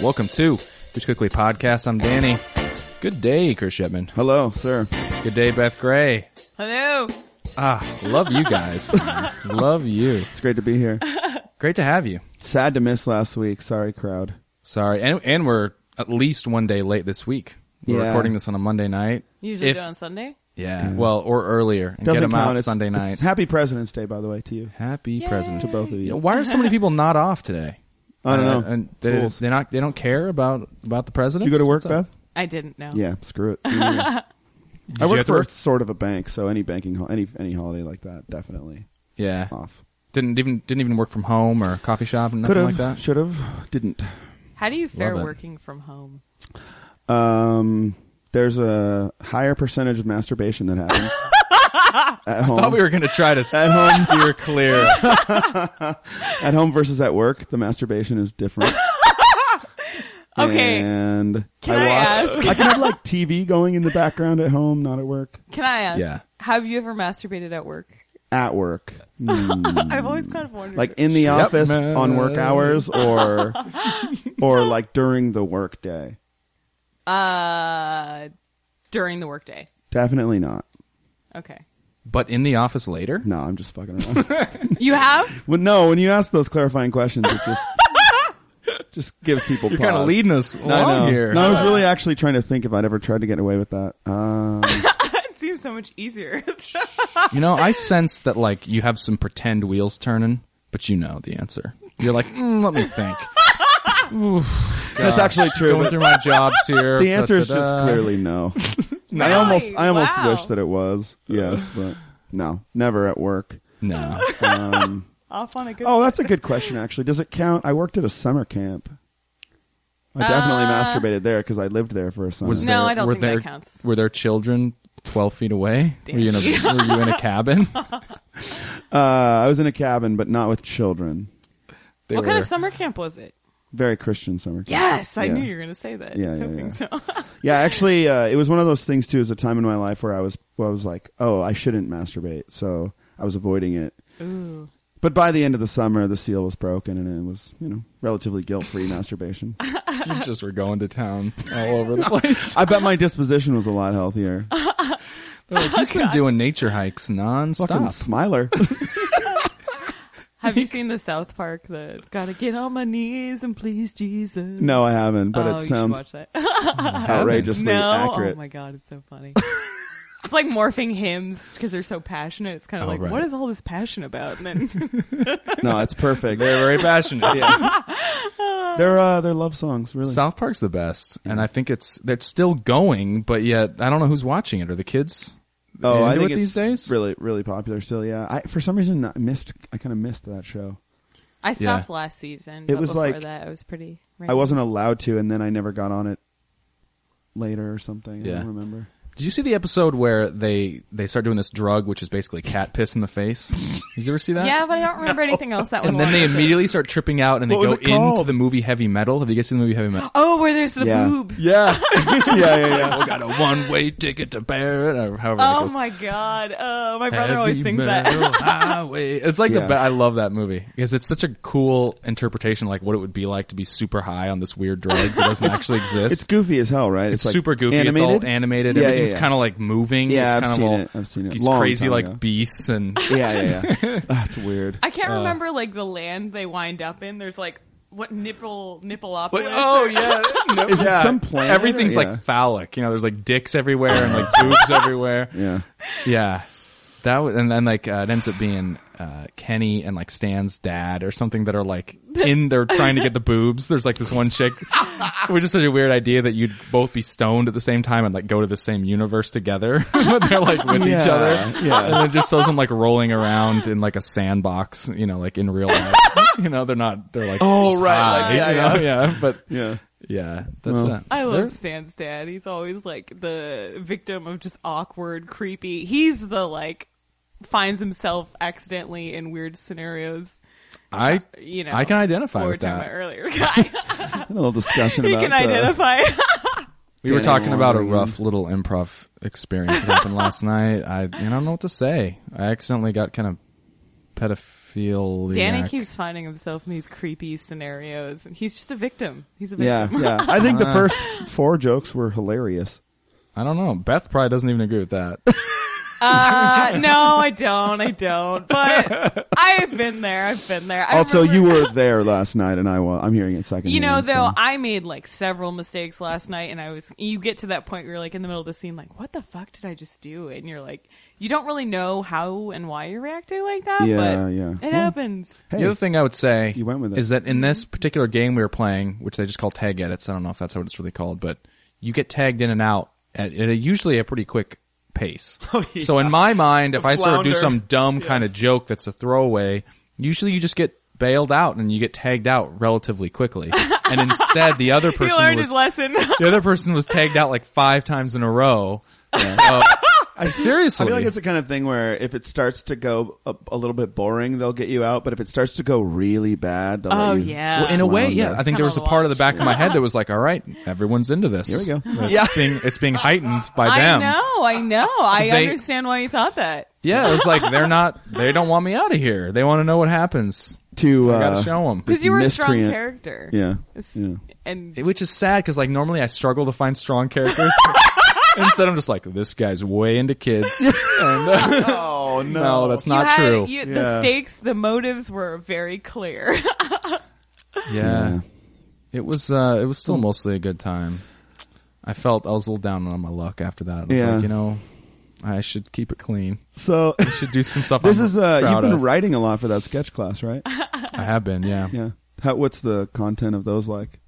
Welcome to Who's Quickly Podcast. I'm Danny. Good day, Chris Shipman. Hello, sir. Good day, Beth Gray. Hello. Ah, love you guys. love you. It's great to be here. Great to have you. Sad to miss last week. Sorry, crowd. Sorry, and and we're at least one day late this week. We're Yeah. recording this on a Monday night. Usually If- do it on Sunday. Yeah, well, or earlier. And get them out It's- Sunday it's- night. happy President's Day, by the way, to you. Happy Yay. President's To both of You know, you. why are so many people not off today? Uh, I don't know. and they, Fools. they're not. They don't care about about the president. Did you go to work, Beth? I didn't know. Yeah, screw it. I Oh. you work have to for work? sort of a bank, so any banking, ho- any any holiday like that, definitely Yeah, off. didn't even didn't even work from home or coffee shop and nothing Could have, like that. should have, didn't. How do you fare Love it. working from home? Um, there's a higher percentage of masturbation that happens at home. Thought we were gonna try to at home, steer clear. at home versus at work, the masturbation is different. Okay. And Can I watch. ask? I can have like TV going in the background at home, not at work. Can I ask? Yeah. Have you ever masturbated at work? At work, Mm. I've always kind of wondered. like in the Yep, office man. on work hours, or or like during the work day. uh, during the workday. Definitely not. Okay. but in the office later. No, I'm just fucking around. You have? well, no, when you ask those clarifying questions, it just just gives people. You're kind of pause. leading us I along know. here. No, I was really actually trying to think if I'd ever tried to get away with that. Um, it seems so much easier. You know, I sense that like you have some pretend wheels turning, but you know the answer. You're like, mm, let me think. that's actually true. Oh, Going but- through my jobs here. The answer is just da-da-da. clearly no. I Really? almost, I almost Wow. wish that it was yes, but no, never at work. no. Um, Off on a good. oh, that's a good question. Actually, does it count? I worked at a summer camp. I definitely masturbated there because I lived there for a summer. Was Uh, No, there- I don't were think that there- counts. Were there children twelve feet away? Damn. Were you in a Were you in a cabin? uh, I was in a cabin, but not with children. They what kind were- of summer camp was it? Very Christian summer camp. Yes, I Yeah. knew you were going to say that. Yeah, I was yeah, hoping yeah. so. Yeah, actually, uh, it was one of those things too. Is a time in my life where I was, where I was like, oh, I shouldn't masturbate, so I was avoiding it. Ooh. But by the end of the summer, the seal was broken, and it was, you know, relatively guilt-free masturbation. You just were going to town all over the place. I bet my disposition was a lot healthier. They're like, Oh, He's been doing nature hikes Fucking nonstop. Smiler. Have you seen the South Park? The gotta get on my knees and please Jesus. No, I haven't, but oh, it you sounds should watch that. outrageously no, accurate. oh my god, it's so funny. it's like morphing hymns because they're so passionate. It's kind Oh, of like, right. what is all this passion about? And then No, it's perfect. They're very passionate. they're uh, they're love songs, really. South Park's the best, and I think it's it's still going, but yet I don't know who's watching it. Are the kids? oh, into I think it these it's days. really really popular still. Yeah, I for some reason I missed. I kind of missed that show. I stopped Yeah. last season. It but was before like- that. I was pretty. I wasn't allowed to, and then I never got on it later or something. I Yeah. don't remember. Did you see the episode where they they start doing this drug, which is basically cat piss in the face? Did you ever see that? Yeah, but I don't remember anything else that And one. then they was. immediately start tripping out, and they What was go it called? into the movie Heavy Metal. Have you guys seen the movie Heavy Metal? Oh, where there's the yeah. boob. yeah, yeah, yeah, yeah. Oh, I got a one way ticket to Barrett, or however that Oh goes. my god. Oh, my brother always Heavy sings that. metal highway. It's like the Yeah. be- I love that movie because it's such a cool interpretation, like what it would be like to be super high on this weird drug that doesn't actually exist. It's goofy as hell, right? It's, super goofy. It's all animated. Yeah, yeah, Everything's yeah. kind of like moving. Yeah, it's I've kind of seen all it. I've seen it. These Long crazy time like ago. beasts and Yeah, yeah, yeah. That's weird. I Uh. can't remember like the land they wind up in. There's like what nipple nippleopolis. Like, oh yeah, no, Is it yeah. some planet? Everything's Yeah. like phallic. You know, there's like dicks everywhere and like boobs everywhere. Yeah. Yeah, that was, and then like uh, it ends up being uh, Kenny and like Stan's dad or something that are like in there trying to get the boobs. There's like this one chick, which is such a weird idea that you'd both be stoned at the same time and like go to the same universe together, but they're like with each Yeah, other. yeah. and it just shows them like rolling around in like a sandbox. You know, like in real life. you know, they're not. They're like Oh, just right, like, high, yeah, you know? yeah, but Yeah. yeah, that's Well. uh, I love they're- Stan's dad. He's always like the victim of just awkward, creepy. He's the like finds himself accidentally in weird scenarios. I You know, I can identify what we were with talking about that. earlier. Guy. Had a little discussion he about can the- identify. We were Danny talking about a Wandering. rough little improv experience that happened last night. I, and I don't know what to say. I accidentally got kind of pedoph feel Danny keeps finding himself in these creepy scenarios, and he's just a victim. He's a Yeah, victim. yeah. Uh. I think the first four jokes were hilarious. I don't know. Beth probably doesn't even agree with that. Uh, no, I don't. I don't. But I've been there. I've been there. I Also, remember- you were there last night, and I was. I'm hearing it second. You Mm-hmm. know, though, I made like several mistakes last night, and I was. You get to that point where you're like in the middle of the scene, like, what the fuck did I just do? And you're like, you don't really know how and why you're reacting like that, Yeah, but yeah. it Well, happens. The hey, other thing I would say You went with it. is that in this particular game we were playing, which they just call tag edits, I don't know if that's what it's really called, but you get tagged in and out at, at a, usually a pretty quick pace. Oh, So in my mind, if I sort of do flounder. some dumb kind of joke that's a throwaway, usually you just get bailed out and you get tagged out relatively quickly. and instead, the other He person learned was his lesson. the other person was tagged out like five times in a row. So- I seriously, feel like it's the kind of thing where if it starts to go a, a little bit boring, they'll get you out. But if it starts to go really bad, they'll Oh, let you yeah. Well, in a way, flounder. yeah. I think there was a Come on, part of the back of my head that was like, "All right, everyone's into this." Here we go. It's being it's being heightened by I them. know. I know. I They- understand why you thought that. Yeah, it's like they're not. They don't want me out of here. They want to know what happens. to I gotta uh, show them. Because you were a strong Miscreant. character. Yeah, It's- yeah. And Which is sad because like normally I struggle to find strong characters. Instead, I'm just like, this guy's way into kids. And, oh no, that's You not had- true. you- The Yeah. stakes, the motives were very clear. yeah. it was. uh It was still mostly a good time. I felt I was a little down on my luck after that. I was Yeah. like, you know, I should keep it clean. So should do some stuff. this I'm is uh, proud you've been of. writing a lot for that sketch class, right? I have been, yeah. Yeah. How, what's the content of those like?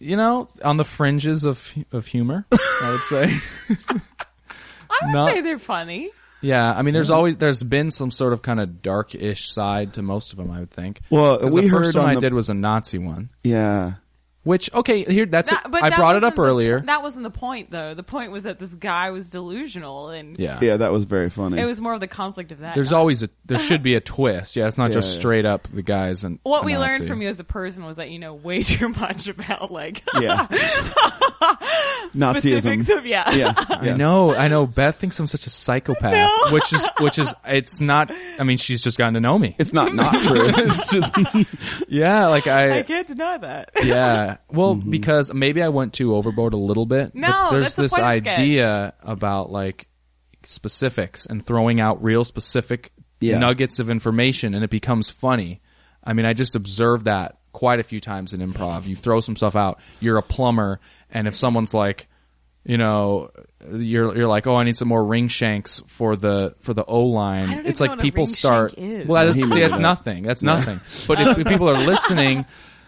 You know, on the fringes of of humor, I would say. I would Not- say they're funny. Yeah, I mean, there's always there's been some sort of kind of dark-ish side to most of them. I would think. Well, 'Cause we the first heard one on I the- did was a Nazi one, Yeah. which okay, here that's That- but I that brought it up wasn't the- earlier. that wasn't the point, though. The point was that this guy was delusional, and yeah. Yeah, that was very funny. it was more of the conflict of that. there's not- always a there should be a twist. Yeah, it's not Yeah, just yeah. straight up the guys and what a we learned Nazi. from you as a person was that you know way too much about like yeah. Nazism. specifics of yeah. Yeah. I know, I know. Beth thinks I'm such a psychopath, No. which is which is it's not. I mean, she's just gotten to know me. It's not not true. it's just yeah, like I can't deny that. yeah. Well, Mm-hmm. because maybe I went too overboard a little bit. but No, there's that's the this point of sketch. idea about like specifics and throwing out real specific Yeah. nuggets of information, and it becomes funny. I mean, I just observed that quite a few times in improv. You throw some stuff out. You're a plumber, and if someone's like, you know, you're you're like, oh, I need some more ring shanks for the for the O line. I don't It's even know like what a people ring shank start. is. Well, that, He see, made that's it up. nothing. That's nothing. But if, if people are listening,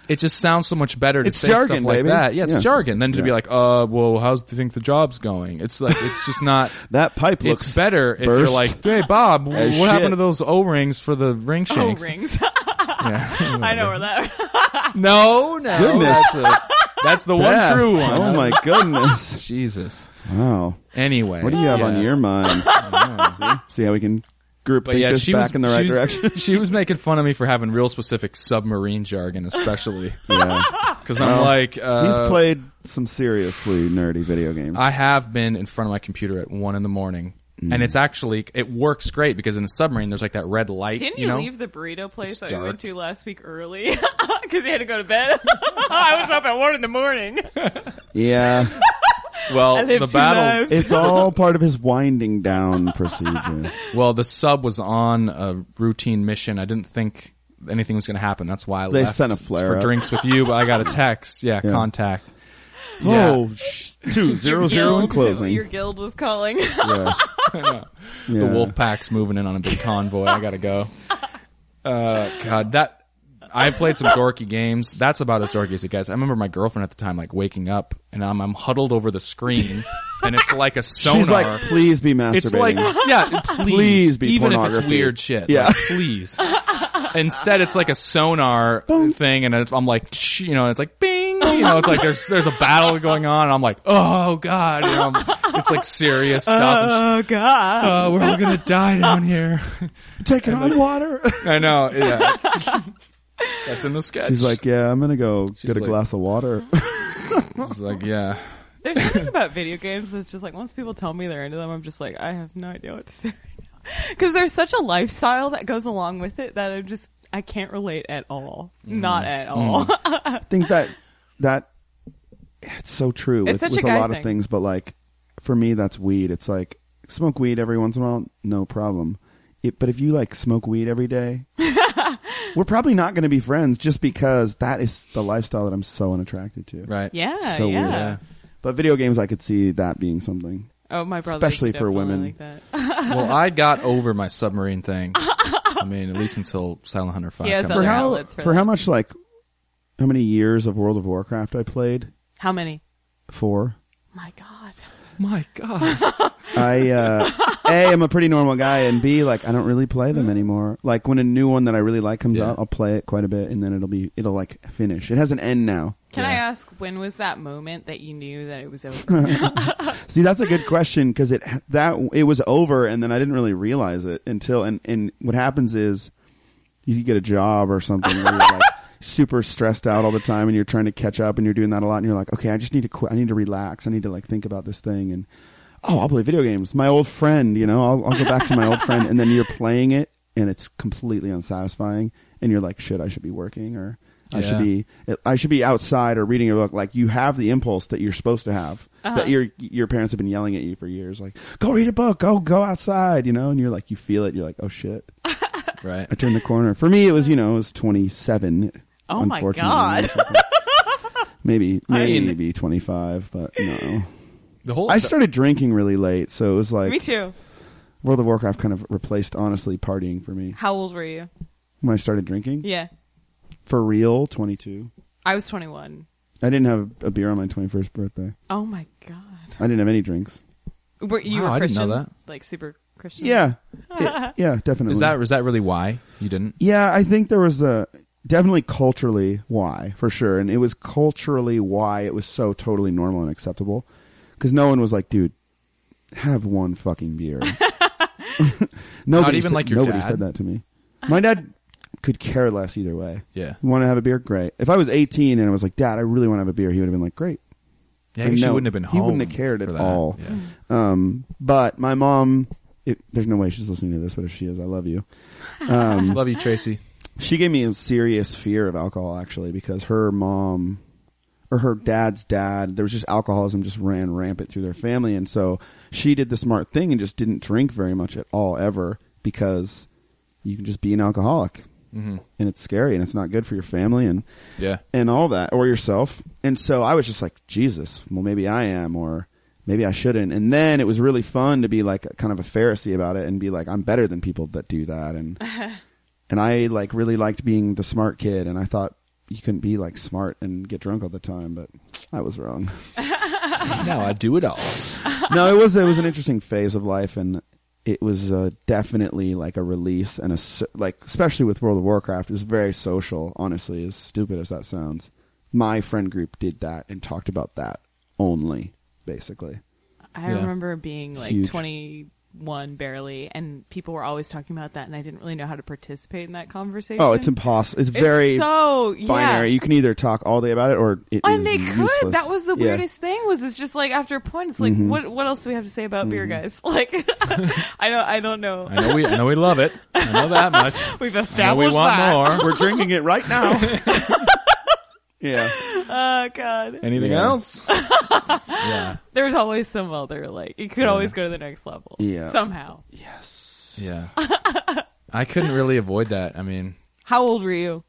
it just sounds so much better to It's say stuff jargon, like baby. that. Yeah, it's Yeah. jargon. Than to be Yeah. like, uh, well, how's do you think the job's going? It's like it's just not. That pipe looks it's better if you're burst like, hey, Bob, what as shit." happened to those O rings for the ring Oh, shanks? rings. Yeah. I know where that. No, no, Goodness. that's, a- that's the bad. one true one. Oh my goodness. Jesus. Wow. Anyway, What do you have yeah. on your mind? See how we can group But think yeah, this she back was in the right she was- direction. She was making fun of me for having real specific submarine jargon, especially yeah. because I'm like, uh, He's played some seriously nerdy video games. I have been in front of my computer at one in the morning, and it's actually it works great because in a submarine there's like that red light. Didn't you, you know? leave the burrito place It's that we dark. went to last week early because you had to go to bed? I was up at one in the morning. yeah. Well, I lived the two battle. lives. It's all part of his winding down procedure. Well, the sub was on a routine mission. I didn't think anything was going to happen. That's why I They left sent a flare for up. drinks with you. But I got a text. Yeah, Yeah. contact. Yeah. Oh, sh- two zero Your zero in guild- closing. Your guild was calling. yeah. the wolf pack's moving in on a big convoy. I gotta go. Uh, God, that I played some dorky games. That's about as dorky as it gets. I remember my girlfriend at the time, like waking up, and I'm, I'm huddled over the screen, and it's like a sonar. She's like, please be masturbating. it's like, yeah, please, Please be even if it's pornography. weird shit. Yeah. like, please. Instead, it's like a sonar thing, and it's, I'm like, "Shh," you know, it's like, bing, you know, it's like there's there's a battle going on, and I'm like, oh god, you know, I'm- it's like serious stuff. and she- oh God! uh, we're all gonna die down here. taking on water. I know. Yeah, that's in the sketch. She's like, yeah, I'm gonna go get a like- glass of water. She's like, yeah. There's something about video games that's just like once people tell me they're into them, I'm just like, I have no idea what to say. right now. because there's such a lifestyle that goes along with it that I just I can't relate at all. Not at all. I think that that it's so true with, It's such a with a, guy lot thing. of things, but like for me, that's weed. It's like smoke weed every once in a while, no problem. It, but if you like smoke weed every day, we're probably not going to be friends just because that is the lifestyle that I'm so unattracted to. right? yeah, So yeah. weird. Yeah. But video games, I could see that being something. Oh, my brother, Especially for women. like that. Well, I got over my submarine thing. I mean, at least until Silent Hunter Five He has comes other out. outlets for, For that. how much like how many years of World of Warcraft I played? How many? Four. My God. Oh My God, I uh, a I'm a pretty normal guy, and b like I don't really play them anymore. Like when a new one that I really like comes Yeah. out, I'll play it quite a bit, and then it'll be it'll like finish. It has an end now. Can Yeah. I ask when was that moment that you knew that it was over? See, that's a good question because it that it was over, and then I didn't really realize it until and and what happens is you get a job or something. Where you're like, Super stressed out all the time, and you're trying to catch up, and you're doing that a lot, and you're like, okay, I just need to quit. I need to relax. I need to like think about this thing, and oh, I'll play video games. My old friend, you know, I'll, I'll go back to my old friend, and then you're playing it, and it's completely unsatisfying, and you're like, shit, I should be working, or I should Yeah. be I should be outside or reading a book. Like you have the impulse that you're supposed to have. That your your parents have been yelling at you for years. Like go read a book. Go go outside. You know, and you're like you feel it. You're like oh shit. right? I turned the corner. For me, it was you know it was 27. Oh my unfortunately. maybe I- maybe 25, but no. The whole I started drinking really late, so it was like Me too. World of Warcraft kind of replaced honestly partying for me How old were you? when I started drinking. Yeah, For real, 22. I was 21. I didn't have a beer on my 21st birthday. Oh my God. I didn't have any drinks. Were you Wow, were I didn't Christian? know that. Like super Christian? Yeah, yeah, yeah, definitely. is that is that really why you didn't? Yeah, I think there was a definitely culturally why for sure, and it was culturally why it was so totally normal and acceptable because no one was like, "Dude, have one fucking beer." nobody even said, like your nobody dad? said that to me. My dad could care less either way. Yeah. you want to have a beer? Great. If I was 18 and I was like, "Dad, I really want to have a beer," he would have been like, "Great." Yeah, And she no, wouldn't have been he home. wouldn't have cared for at that. all. Yeah. Um, but my mom, it, there's no way she's listening to this, but if she is, I love you. Um, Love you, Tracy. she gave me a serious fear of alcohol actually because her mom or her dad's dad there was just alcoholism just ran rampant through their family and so she did the smart thing and just didn't drink very much at all ever because you can just be an alcoholic Mhm. and it's scary and it's not good for your family and Yeah. and all that or yourself. And so I was just like, Jesus, well maybe I am or maybe I shouldn't. And then it was really fun to be like a, kind of a Pharisee about it and be like, I'm better than people that do that. And, and I like really liked being the smart kid and I thought you couldn't be like smart and get drunk all the time, but I was wrong. Now I do it all. no, it was, it was an interesting phase of life and it was uh, definitely like a release and a, so- like, especially with World of Warcraft, it was very social, honestly, as stupid as that sounds. My friend group did that and talked about that only, basically. I Yeah. remember being like Huge. 21 barely, and people were always talking about that, and I didn't really know how to participate in that conversation. Oh, it's impossible. It's very so yeah. binary. You can either talk all day about it or it and is they useless. could. That was the Yeah. Mm-hmm. weirdest thing. Was it's just like after a point, it's like what what else do we have to say about beer, guys? Like I don't I don't know. I know we I know we love it. I know that much. We've I know we established want that. more. We're drinking it right now. yeah. Oh god, Anything Yeah. else? yeah. there's always some other like you could always go to the next level. Yeah. somehow. Yes. Yeah. I couldn't really avoid that. I mean, How old were you?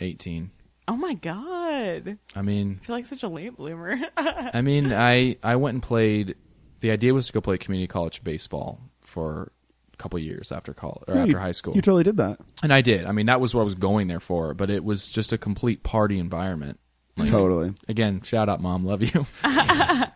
18. Oh my god, I mean, I feel like such a late bloomer. I mean, I I went and played. The idea was to go play community college baseball for a couple years after college or No, after you- high school, You totally did that. and I did. I mean, that was what I was going there for. But it was just a complete party environment. Like, Totally. Again, shout out, mom, love you. uh,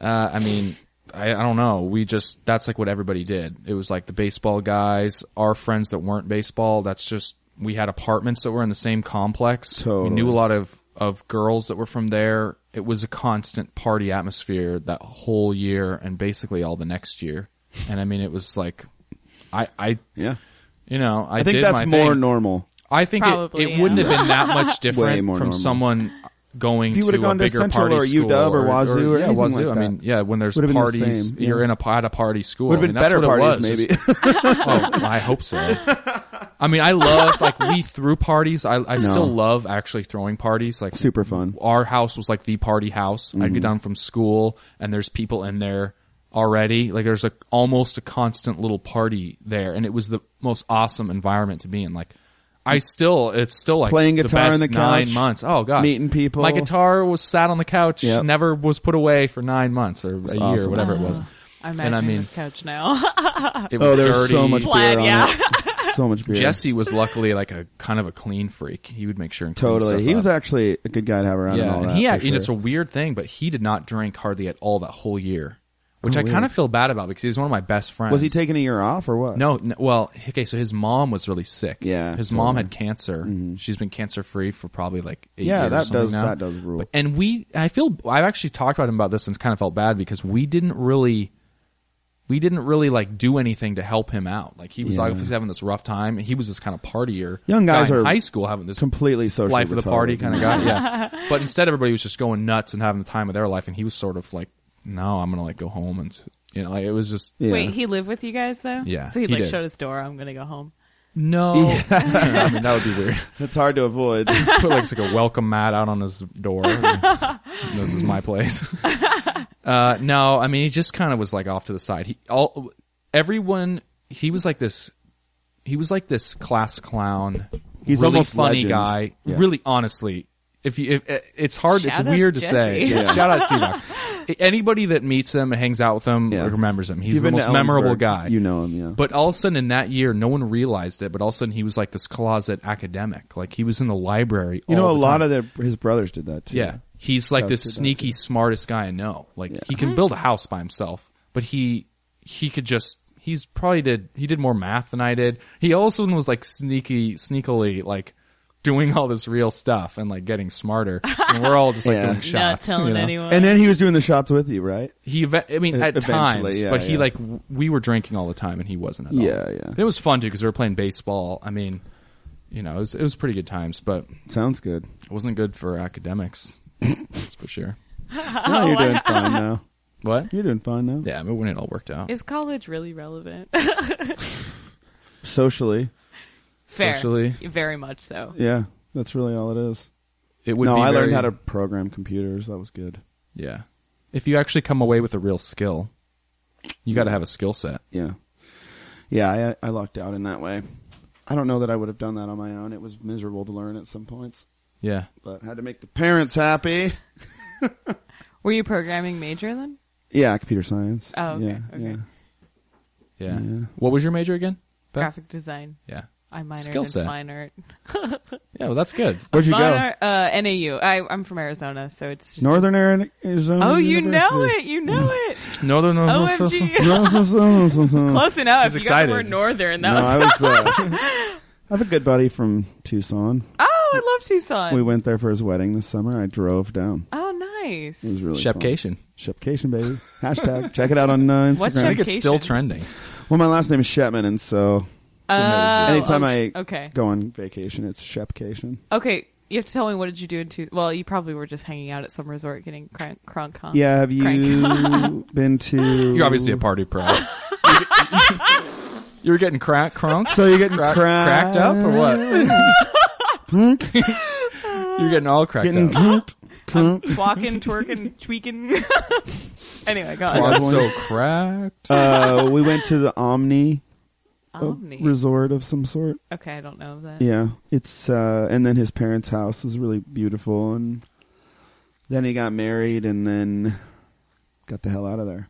I mean, I, I don't know. We just that's like what everybody did. It was like the baseball guys, our friends that weren't baseball. That's just we had apartments that were in the same complex. Totally. We knew a lot of of girls that were from there. It was a constant party atmosphere that whole year and basically all the next year. And I mean, it was like, I I Yeah. you know I, I think did that's my more thing. normal. I think it- Probably, it, yeah. wouldn't have been that much Way different from more normal. someone going If you to would've a gone to bigger Central party or school UW or Wazoo or yeah, anything Wazoo. like I mean, that. yeah, when there's Would've been the parties, same, you're yeah. in a at a party school. Would have I mean, been that's better what it parties, was, maybe. just- oh, I hope so. I mean, I loved like we threw parties. I, I still love actually throwing parties. Like Super fun. Our house was like the party house. I'd Mm-hmm. get down from school and there's people in there already. Like there's a almost a constant little party there, and it was the most awesome environment to be in. Like. I still, it's still like Playing the guitar on best the couch, nine months. Oh god, meeting people. My guitar was sat on the couch, Yep. never was put away for nine months or a year, awesome. whatever it was. I'm And imagining I mean- this couch now. It was Oh, there was dirty. so much Plaid, beer on yeah. it. So much beer. Jesse was luckily like a kind of a clean freak. He would make sure and clean Totally. stuff He was up. actually a good guy to have around and yeah, all and that. he for act- and sure. it's a weird thing, but he did not drink hardly at all that whole year, which Oh, I kind weird. of feel bad about because he's one of my best friends. was he taking a year off or what? No, n well, okay. So his mom was really sick. Yeah, his totally. mom had cancer. She's been cancer free for probably like eight Yeah, years that or something does- now. that does rule. But- And we, I feel I've actually talked about him about this and kind of felt bad because we didn't really, we didn't really like do anything to help him out. Like he was Yeah. like he's having this rough time, and he was this kind of partier. Young guys guy in are high school having this Completely social. life of the party kind of guy. Yeah, but instead everybody was just going nuts and having the time of their life, and he was sort of like, no, I'm gonna like go home and you know, like it was just Yeah. Wait, he lived with you guys though? Yeah, So he, he like did. showed his door. I'm gonna go home. no. I mean, that would be weird. It's hard to avoid. Just put like, like a welcome mat out on his door. this is my place. Uh, no, I mean he just kind of was like off to the side. He all everyone he was like this. He was like this class clown. He's really almost funny legend. guy. Yeah. Really, honestly, if you if, eh, it's hard, Shout it's out weird to to say. Jesse. Yeah. Shout out to Seaback. Anybody that meets him and hangs out with him Yeah. like, remembers him. If He's you've the been most to memorable Ellensburg, guy. You know him, yeah. But all of a sudden in that year, no one realized it, but all of a sudden he was like this closet academic. Like he was in the library. you know, all a the lot time. of the, his brothers did that too. Yeah. He's like Guys did this that, sneaky, smartest guy I know. Like he can build a house by himself, but he, he could just, he's probably did, he did more math than I did. He also was like sneaky, sneakily like doing all this real stuff and like getting smarter. And we're all just like Yeah. doing shots. Not telling you know? anyone. And then he was doing the shots with you, right? He, eve- I mean, E- at eventually, times, yeah, but he yeah. like w- we were drinking all the time, and he wasn't at all. Yeah, yeah. And it was fun too because we were playing baseball. I mean, you know, it was it was pretty good times, but Sounds good. it wasn't good for academics. that's for sure. No, Oh, you're doing fine now. What? You're doing fine now. Yeah, I mean, when it all worked out, Is college really relevant? Socially, Fair. Socially. Very much so. yeah. That's really all it is. it would. no, be I very- learned how to program computers. That was good. Yeah, if you actually come away with a real skill, you got to have a skill set. Yeah. Yeah, I, I lucked out in that way. I don't know that I would have done that on my own. It was miserable to learn at some points, Yeah. but had to make the parents happy. Were you programming major then? Yeah, computer science. Oh, okay, Yeah, okay. yeah. Yeah. Yeah. What was your major again? Beth? Graphic design. Yeah. I minored Skill in set. fine art. Yeah. Well, that's good. Where'd you Fine go? art, uh, NAU. I, I'm from Arizona, so it's just Northern Ari- Arizona. Oh, you University. know it. You know it. No, no, no. no, no. OMG. no, He's Close enough. you got the excited. word northern. That was. I was. Uh, I have a good buddy from Tucson. Oh, I love Tucson. We went there for his wedding this summer. I drove down. oh, nice. It was really fun. Shepcation. Shepcation, baby. Hashtag. Check it out on uh, Instagram. What's I think it's still Shepcation. trending. Well, my last name is Shepman, and so Oh, anytime okay. I okay. go on vacation, it's Shepcation. Okay, you have to tell me what did you do in two? Well, you probably were just hanging out at some resort getting crank, crunk, huh? Yeah, have Oh, Crank. you been to? You're obviously a party pro. you were getting crack crunk, So you're getting crack, cracked cracked up, or what? you were getting all cracked Getting up. drunk. drunk. walking, twerking, tweaking. anyway, go I on. got Waddling. so cracked. Uh, we went to the Omni uh, Omni. Resort of some sort. okay, I don't know of that. Yeah, it's uh, and then his parents' house was really beautiful, and then he got married, and then got the hell out of there.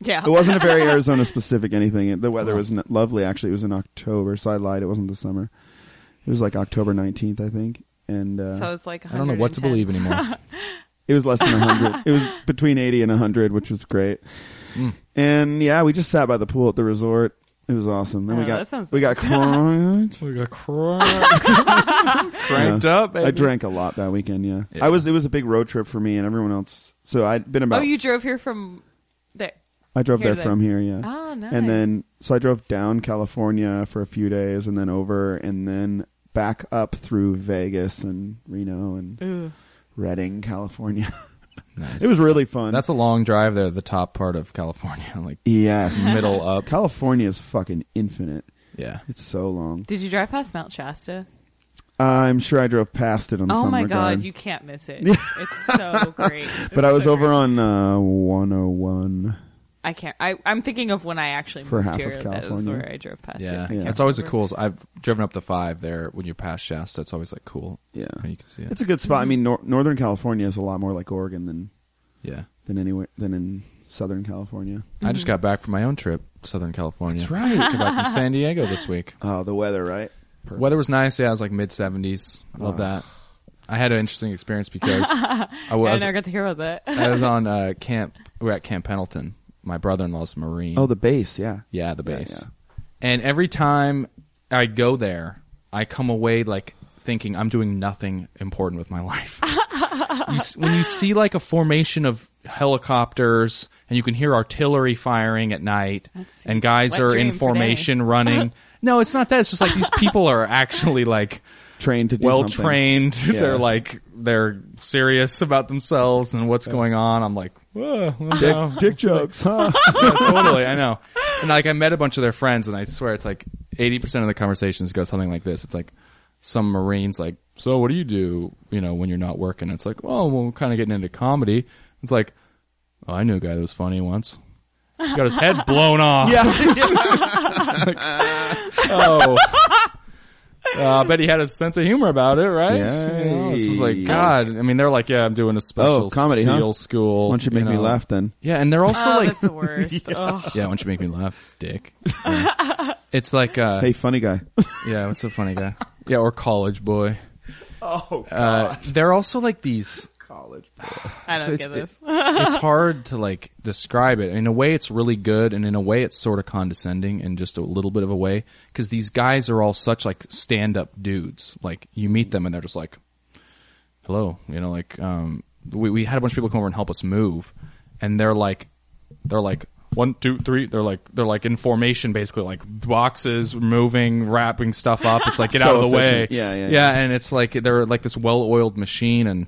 Yeah. It wasn't a very Arizona specific anything. It- The weather Wow. was n- lovely. Actually, it was in October, so I lied. It wasn't the summer. It was like October nineteenth, I think, and uh, So it's like I don't know what to believe anymore. it was less than hundred. it was between eighty and hundred, which was great. Hmm. And yeah, we just sat by the pool at the resort. It was awesome. And we Oh, got that sounds we got cranked. we got cracked, cranked Yeah. up. Baby. I drank a lot that weekend. Yeah. Yeah. I was. It was a big road trip for me and everyone else. So I'd been about. Oh, you drove here from there. I drove here there to from the- here. Yeah. Oh, nice. And then so I drove down California for a few days, and then over, and then back up through Vegas and Reno, and Ooh. Redding, California. Nice. it was really fun. That's a long drive there, the top part of California, like yes. middle up. California is fucking infinite. Yeah. It's so long. Did you drive past Mount Shasta? I'm sure I drove past it on Oh some my regard. god, you can't miss it. it's so great. but It's I was so over great. on uh, 101. I can't. I, I'm thinking of when I actually For moved half of here. That was California. where I drove past. Yeah. it. I Yeah. can't It's always a remember. cool. I've driven up the five there when you pass Shasta. It's always like cool. Yeah. When you can see it. It's a good spot. I mean, nor- Northern California is a lot more like Oregon than yeah. than anywhere than in Southern California. I just got back from my own trip, Southern California. Mm-hmm. That's right. Got back from San Diego this week. Oh, the weather, right? Perfect. Weather was nice. Yeah, it was like mid seventies. Love that. I had an interesting experience because I Yeah, I was never got to hear about that. I was on uh, camp. We were at Camp Pendleton. My brother in law's Marine. Oh, the base, yeah. Yeah, the Yeah, base. yeah. And every time I go there, I come away like thinking I'm doing nothing important with my life. you, s- when you see like a formation of helicopters and you can hear artillery firing at night and guys Wet are in dream for Danny. formation running. No, it's not that. It's just like these people are actually like Trained to do well something. trained. Yeah. They're like they're serious about themselves and what's going on. I'm like, whoa, well, Dick, no. dick jokes, huh? Yeah, Oh, totally. I know. And like I met a bunch of their friends, and I swear it's like eighty percent of the conversations go something like this. It's like some Marines like, so what do you do? You know, when you're not working, it's like, "Oh, well, we're kind of getting into comedy. It's like, oh, I knew a guy that was funny once. He got his head blown off. Oh. Uh, I bet he had a sense of humor about it, right? You know, this is like Yay. God. I mean, they're like, yeah, I'm doing a special Oh, comedy, huh? SEAL school. Why don't you make me know. laugh then? Yeah, and they're also Oh, like, that's the worst. Oh, Ugh. yeah, why don't you make me laugh, dick? Yeah. it's like, uh, Hey, funny guy. yeah, what's a funny guy? Yeah, or college boy. Oh, uh, they're also like these. College. I don't so it's, get this. it- it's hard to like describe it. In a way, it's really good, and in a way, it's sort of condescending in just a little bit of a way because these guys are all such like stand-up dudes. Like you meet them, and they're just like, hello you know like um we, we had a bunch of people come over and help us move and they're like they're like one two three they're like they're like in formation basically like boxes moving wrapping stuff up it's like get So out of the efficient. way Yeah, yeah, yeah and it's like they're like this well-oiled machine and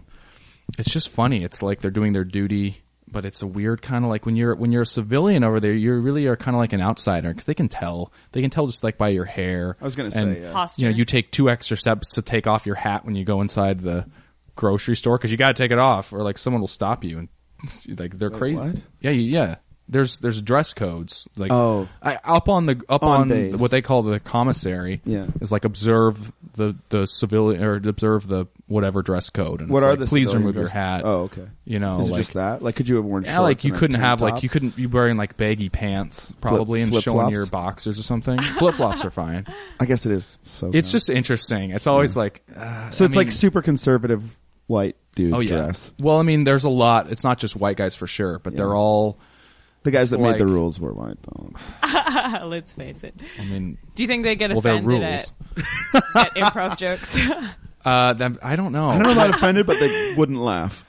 it's just funny it's like they're doing their duty but it's a weird kind of like when you're when you're a civilian over there you really are kind of like an outsider because they can tell they can tell just like by your hair I was gonna and, say, yeah. you know Posture. you take two extra steps to take off your hat when you go inside the grocery store because you got to take it off, or like someone will stop you and like they're crazy. what? Yeah, you- yeah. There's there's dress codes like Oh. I, up on the up On on, base. what they call the commissary. Yeah. is like observe the the civilian or observe the whatever dress code. And What it's are like, the please civilian remove your dress- hat. Oh, okay. You know, Is it like, just that? Like, could you have worn yeah, shorts like you and a couldn't tank have top? like you couldn't you wearing like baggy pants probably and flip showing flops? your boxers or something. flip flops are fine. I guess it is. So It's dumb. just interesting. It's always like uh, I so it's like mean- super conservative white dude oh yeah. dress. Well, I mean, there's a lot. It's not just white guys for sure, but they're all. The guys It's that like- made the rules were white though. Let's face it. I mean, Do you think they get Well, they're offended rules. at, at improv jokes? uh, them, I don't know. I don't know about offended, but they wouldn't laugh.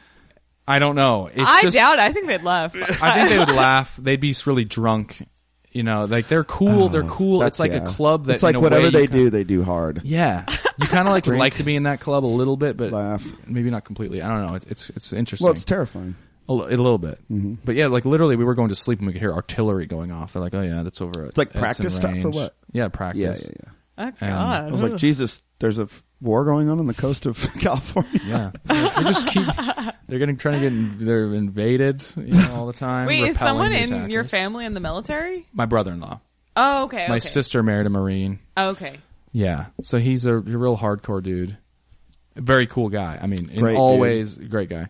I don't know. It's I just, doubt. I think they'd laugh. I think they would laugh. They'd be really drunk. You know, like they're cool. they're cool. Oh, That's- It's like yeah. a club that It's like in a whatever way they you do, they do hard. Yeah, you kind of like would Drink. like to be in that club a little bit, but Laugh. maybe not completely. I don't know. It's it's, it's interesting. Well, it's Mm-hmm. terrifying. a, li- a little bit, but yeah, like literally, we were going to sleep and we could hear artillery going off. They're like, "Oh yeah, that's over." It's like practice stuff or what? Yeah, practice. Yeah, yeah, yeah. Oh I God! was like, Jesus, there's a f- war going on on the coast of California. Yeah, they just keep. They're getting trying to get. They're invaded you know, all the time. Wait, is repelling someone the in your attackers. family in the military? My brother-in-law. Oh, okay. My okay. sister married a marine. Oh, okay. Yeah, so he's a real hardcore dude. Very cool guy. I mean, in Great all dude. ways, great guy.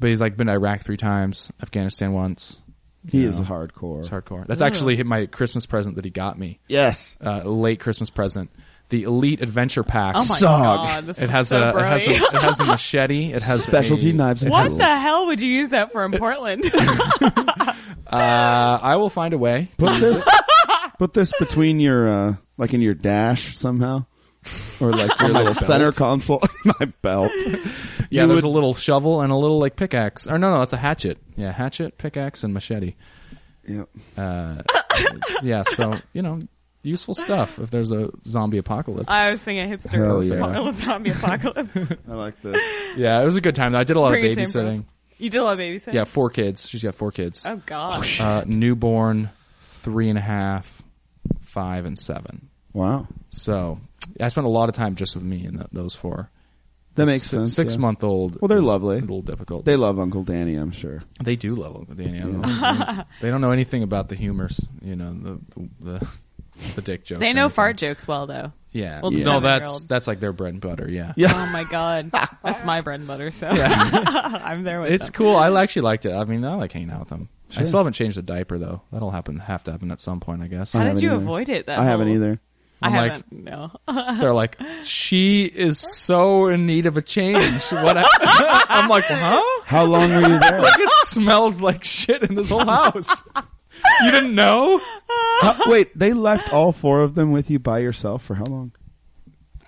But he's like been to Iraq three times, Afghanistan once. He You is know, hardcore. It's hardcore. That's actually my Christmas present that he got me. Yes. Uh, late Christmas present. The Elite Adventure Pack. Oh my Sog. God! This It is has, so a, it, has a, broy. it has a machete. It has Specialty a, knives and What tools. the hell would you use that for in Portland? Uh, I will find a way. Put this, put this between your, uh, like in your dash somehow, or like your my little belt. center console. my belt. Yeah, You there's would- a little shovel and a little like pickaxe. Or no, no, that's a hatchet. Yeah, hatchet, pickaxe, and machete. Yep. Yeah, so you know, useful stuff if there's a zombie apocalypse. I was thinking hipster Hell yeah. apo- zombie apocalypse. I like this. yeah, it was a good time. I did a lot of Bring it to babysitting. improv. You did a lot of babysitting. Yeah, four kids. She's got four kids. Oh God. uh, newborn, three and a half, five, and seven. Wow. So I spent a lot of time just with me and th- those four. That makes Six- sense. Six yeah. month old. Well, they're is lovely. A little difficult. They They love Uncle Danny, I'm sure. they do love Uncle Danny. I don't know. they don't know anything about the humors. You know the the the, the dick jokes. They or know anything. fart jokes well though. Yeah. Well, the No, seven-year-old. that's that's like their bread and butter. Yeah. Yeah. Oh my God. That's my bread and butter. So I'm there with It's them. cool. I actually liked it. I mean, I like hanging out with them. I Sure. still haven't changed the diaper though. That'll happen. Have to happen at some point, I guess. I How haven't did you either. avoid it? That I haven't whole- either. I I'm like- haven't. no. They're like, she is so in need of a change. What? I, I'm like, huh? How long were you there? Like it smells like shit in this whole house. You didn't know? How- wait, they left all four of them with you by yourself for how long?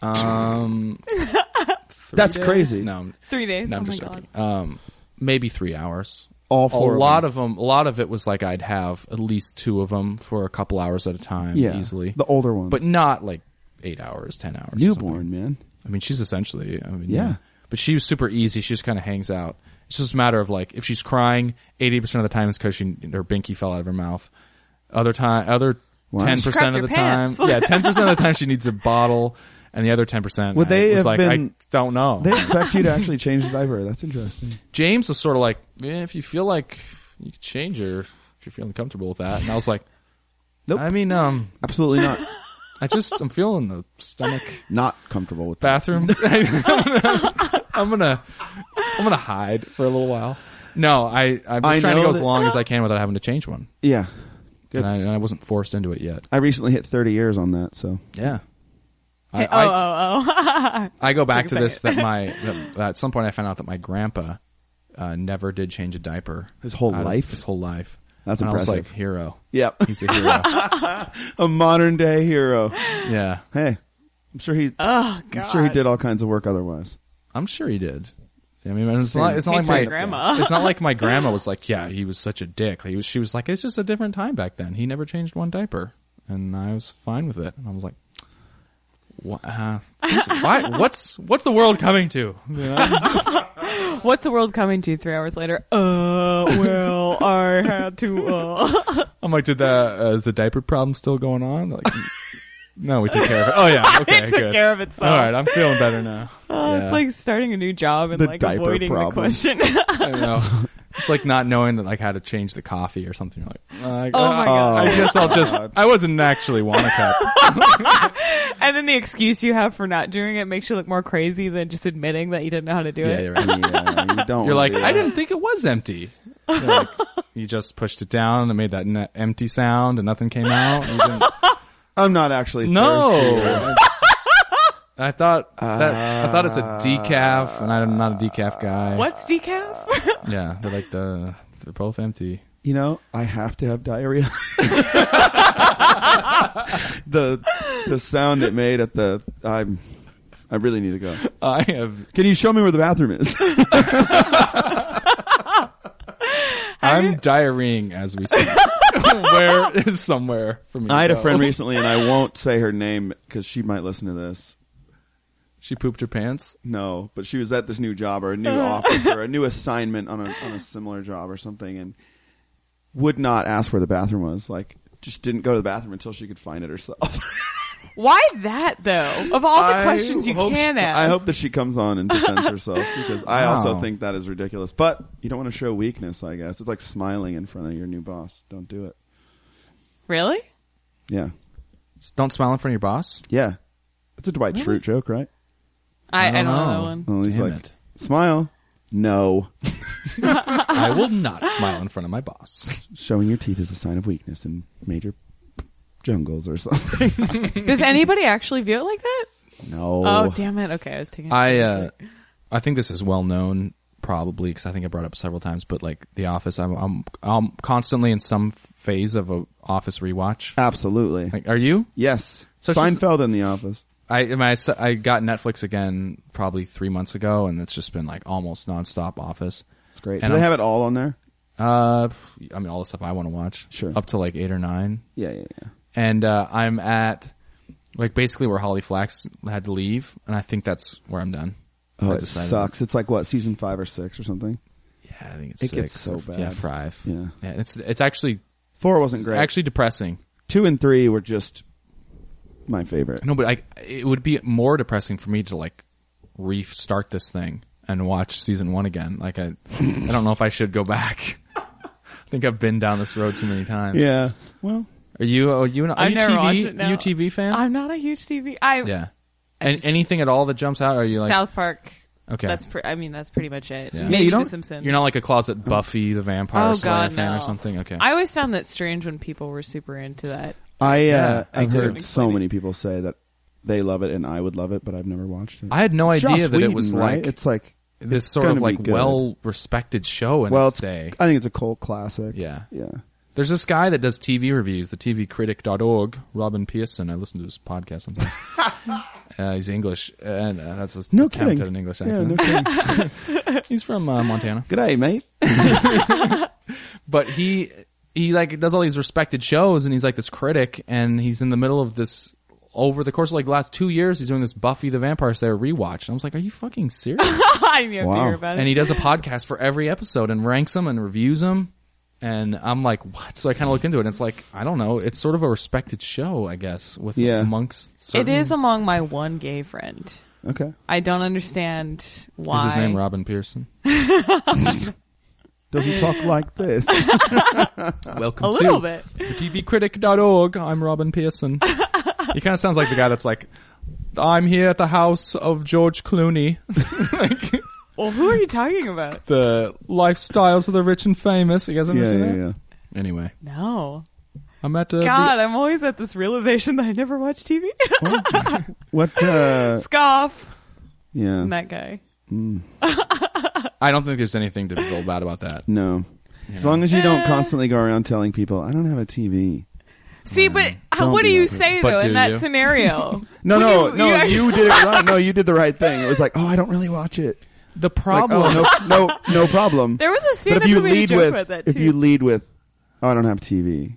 Um, three That's days? crazy. No, I'm- Three days. no, oh I'm my just God. joking. Um, maybe three hours. All four. a lot of them. A lot of it was like I'd have at least two of them for a couple hours at a time, yeah, easily, the older ones, but not like eight hours, ten hours. or something. newborn man. I mean, she's essentially. I mean, Yeah. yeah. But she was super easy. She just kind of hangs out. It's just a matter of like if she's crying, eighty percent of the time it's because she her binky fell out of her mouth. Other time, other Wow. ten She cracked percent of her the pants. time, yeah, ten percent of the time she needs a bottle, and the other ten percent Would they was have like, been- I don't know. They expect you to actually change the diaper. That's interesting. James was sort of like, eh, if you feel like you could change her, if you're feeling comfortable with that, and I was like, Nope. I mean, um, Absolutely not. I just I'm feeling the stomach Not comfortable with that. bathroom. I'm, gonna, I'm gonna I'm gonna hide for a little while. No, I I'm just I trying to know go as that- long as I can without having to change one, Yeah. Good. and I, I, and I wasn't forced into it yet. recently hit 30 years on that, so Yeah. I, Hey, oh, I, oh, oh. I go back Take to a this that second. my that, that at some point I found out that my grandpa uh, never did change a diaper His whole out of- life? His whole life. That's and I was impressive. like hero. Yep. He's a hero. a modern day hero. yeah, Hey, I'm sure he. Oh God. I'm sure he did all kinds of work otherwise. I'm sure he did. I mean, it's Same. not, it's not He's like my your grandma. It's not like my grandma was like, yeah, he was such a dick. He was, she was like, it's just a different time back then. He never changed one diaper, and I was fine with it. And I was like, what? Uh, what's- why, what's what's the world coming to? What's the world coming to three hours later? Uh, well, I had to, uh. I'm like, did the uh, is the diaper problem still going on? Like, no, we took care of it. Oh yeah, okay, it took good. care of itself. All right, I'm feeling better now. Uh, Yeah. It's like starting a new job and The like diaper avoiding problem. the question. I don't know. It's like not knowing that like how to change the coffee or something. You're like, like, Oh my uh, God. I guess I'll just. I wasn't actually want a cup. and then the excuse you have for not doing it makes you look more crazy than just admitting that you didn't know how to do Yeah, it. you're right. Yeah, uh, you don't. You're wanna like, do I that. didn't think it was empty. You're like, you just pushed it down and made that n- empty sound, and nothing came out. You didn't- I'm not actually. thirsty. no. I thought that I thought it's a decaf, and I'm not a decaf guy. What's decaf? Yeah, they're like the they're both empty. You know, I have to have diarrhea. the the sound it made at the. I'm. I really need to go. I have. Can you show me where the bathroom is? I'm diarrheaing as we speak. Where is somewhere for me? to I had a go? friend recently, and I won't say her name because she might listen to this. She pooped her pants. No, but she was at this new job or a new office or a new assignment on a on a similar job or something, and would not ask where the bathroom was. Like, just didn't go to the bathroom until she could find it herself. Why that though? Of all the I questions you hope can she- ask, I hope that she comes on and defends herself because I also Wow. think that is ridiculous. But you don't want to show weakness, I guess. It's like smiling in front of your new boss. Don't do it. really. Yeah, Don't smile in front of your boss. yeah. It's a Dwight Schrute joke, right? I, I don't know. know. that one. Well, he's Damn like, it. smile. No, I will not smile in front of my boss. showing your teeth is a sign of weakness in major jungles or something. Does anybody actually view it like that? no. Oh, damn it! Okay, I was taking. I uh, I think this is well known probably because I think I brought it up several times. But like The Office, I'm I'm, I'm constantly in some phase of a Office rewatch. Absolutely. Like, are you? Yes. So she's- Seinfeld in the office. I I, mean, I s- I got Netflix again probably three months ago, and it's just been like almost nonstop Office. It's great. And do they I'm- have it all on there? Uh, I mean all the stuff I want to watch. Sure. Up to like eight or nine. Yeah, yeah, yeah. and uh, I'm at like basically where Holly Flax had to leave, and I think that's where I'm done. Oh, I it decided- sucks. It's like what season five or six or something. Yeah, I think it's It six. gets so or- bad. Yeah, five. Yeah. it's it's actually Four wasn't great. actually depressing. two and three were just my favorite. No, but I it would be more depressing for me to like restart this thing and watch season one again. Like I, I don't know if I should go back. I think I've been down this road too many times. Yeah. Well, Are you? Are you? An, are I've you never TV, watched it now. you TV fan? I'm not a huge TV. I yeah. And anything at all that jumps out? Are you like South Park. Okay. That's pre- I mean that's pretty much it. Yeah. Maybe Yeah, you The don't- Simpsons. You're not like a closet Buffy the Vampire oh Slayer god, fan no. or something. Okay. I always found that strange when people were super into that. I Yeah, uh, me I've too. heard so many people say that they love it and I would love it, but I've never watched it. I had no Joss idea that it was Whedon, right? like it's like this it's sort of gonna be like good. well-respected show in well, its it's, day. I think it's a cult classic. Yeah. Yeah. There's this guy that does TV reviews, the TVcritic.org, Robin Pearson. I listen to his podcast sometimes. uh, he's English, and uh, that's his No attempt kidding. at an English Yeah, accent. no kidding. he's from uh, Montana. Good day, mate. but he he like does all these respected shows and he's like this critic and he's in the middle of this over the course of like the last two years he's doing this buffy the vampire slayer rewatch and i was like are you fucking serious I didn't even Wow. hear about it. and he does a podcast for every episode and ranks them and reviews them and i'm like what so i kind of look into it and it's like i don't know it's sort of a respected show i guess with Yeah. amongst it certain, is among my one gay friend. Okay. I don't understand why. is his name robin pearson Doesn't talk like this. welcome A to little bit. TVcritic.org. I'm Robin Pearson. he kind of sounds like the guy that's like, I'm here at the house of George Clooney. Well, who are you talking about? The lifestyles of the rich and famous. You guys ever yeah, seen yeah, that? yeah. Anyway, No. I'm at uh, God, I'm always at this realization that I never watch TV. What? Uh, Scoff. yeah. I'm that guy. the- I don't think there's anything to feel bad about that. No. As long as you Uh. don't constantly go around telling people, I don't have a TV. See, but how, Don't what do be you that person. say But though do in that you? scenario? No, Would no, you- no. you- You, did it right. No, you did the right thing. It was like, oh, I don't really watch it. The Like, problem. oh, no, no, no problem. There was a but stand-up if you comedian lead joke with, about that if too. you lead with, oh, I don't have TV,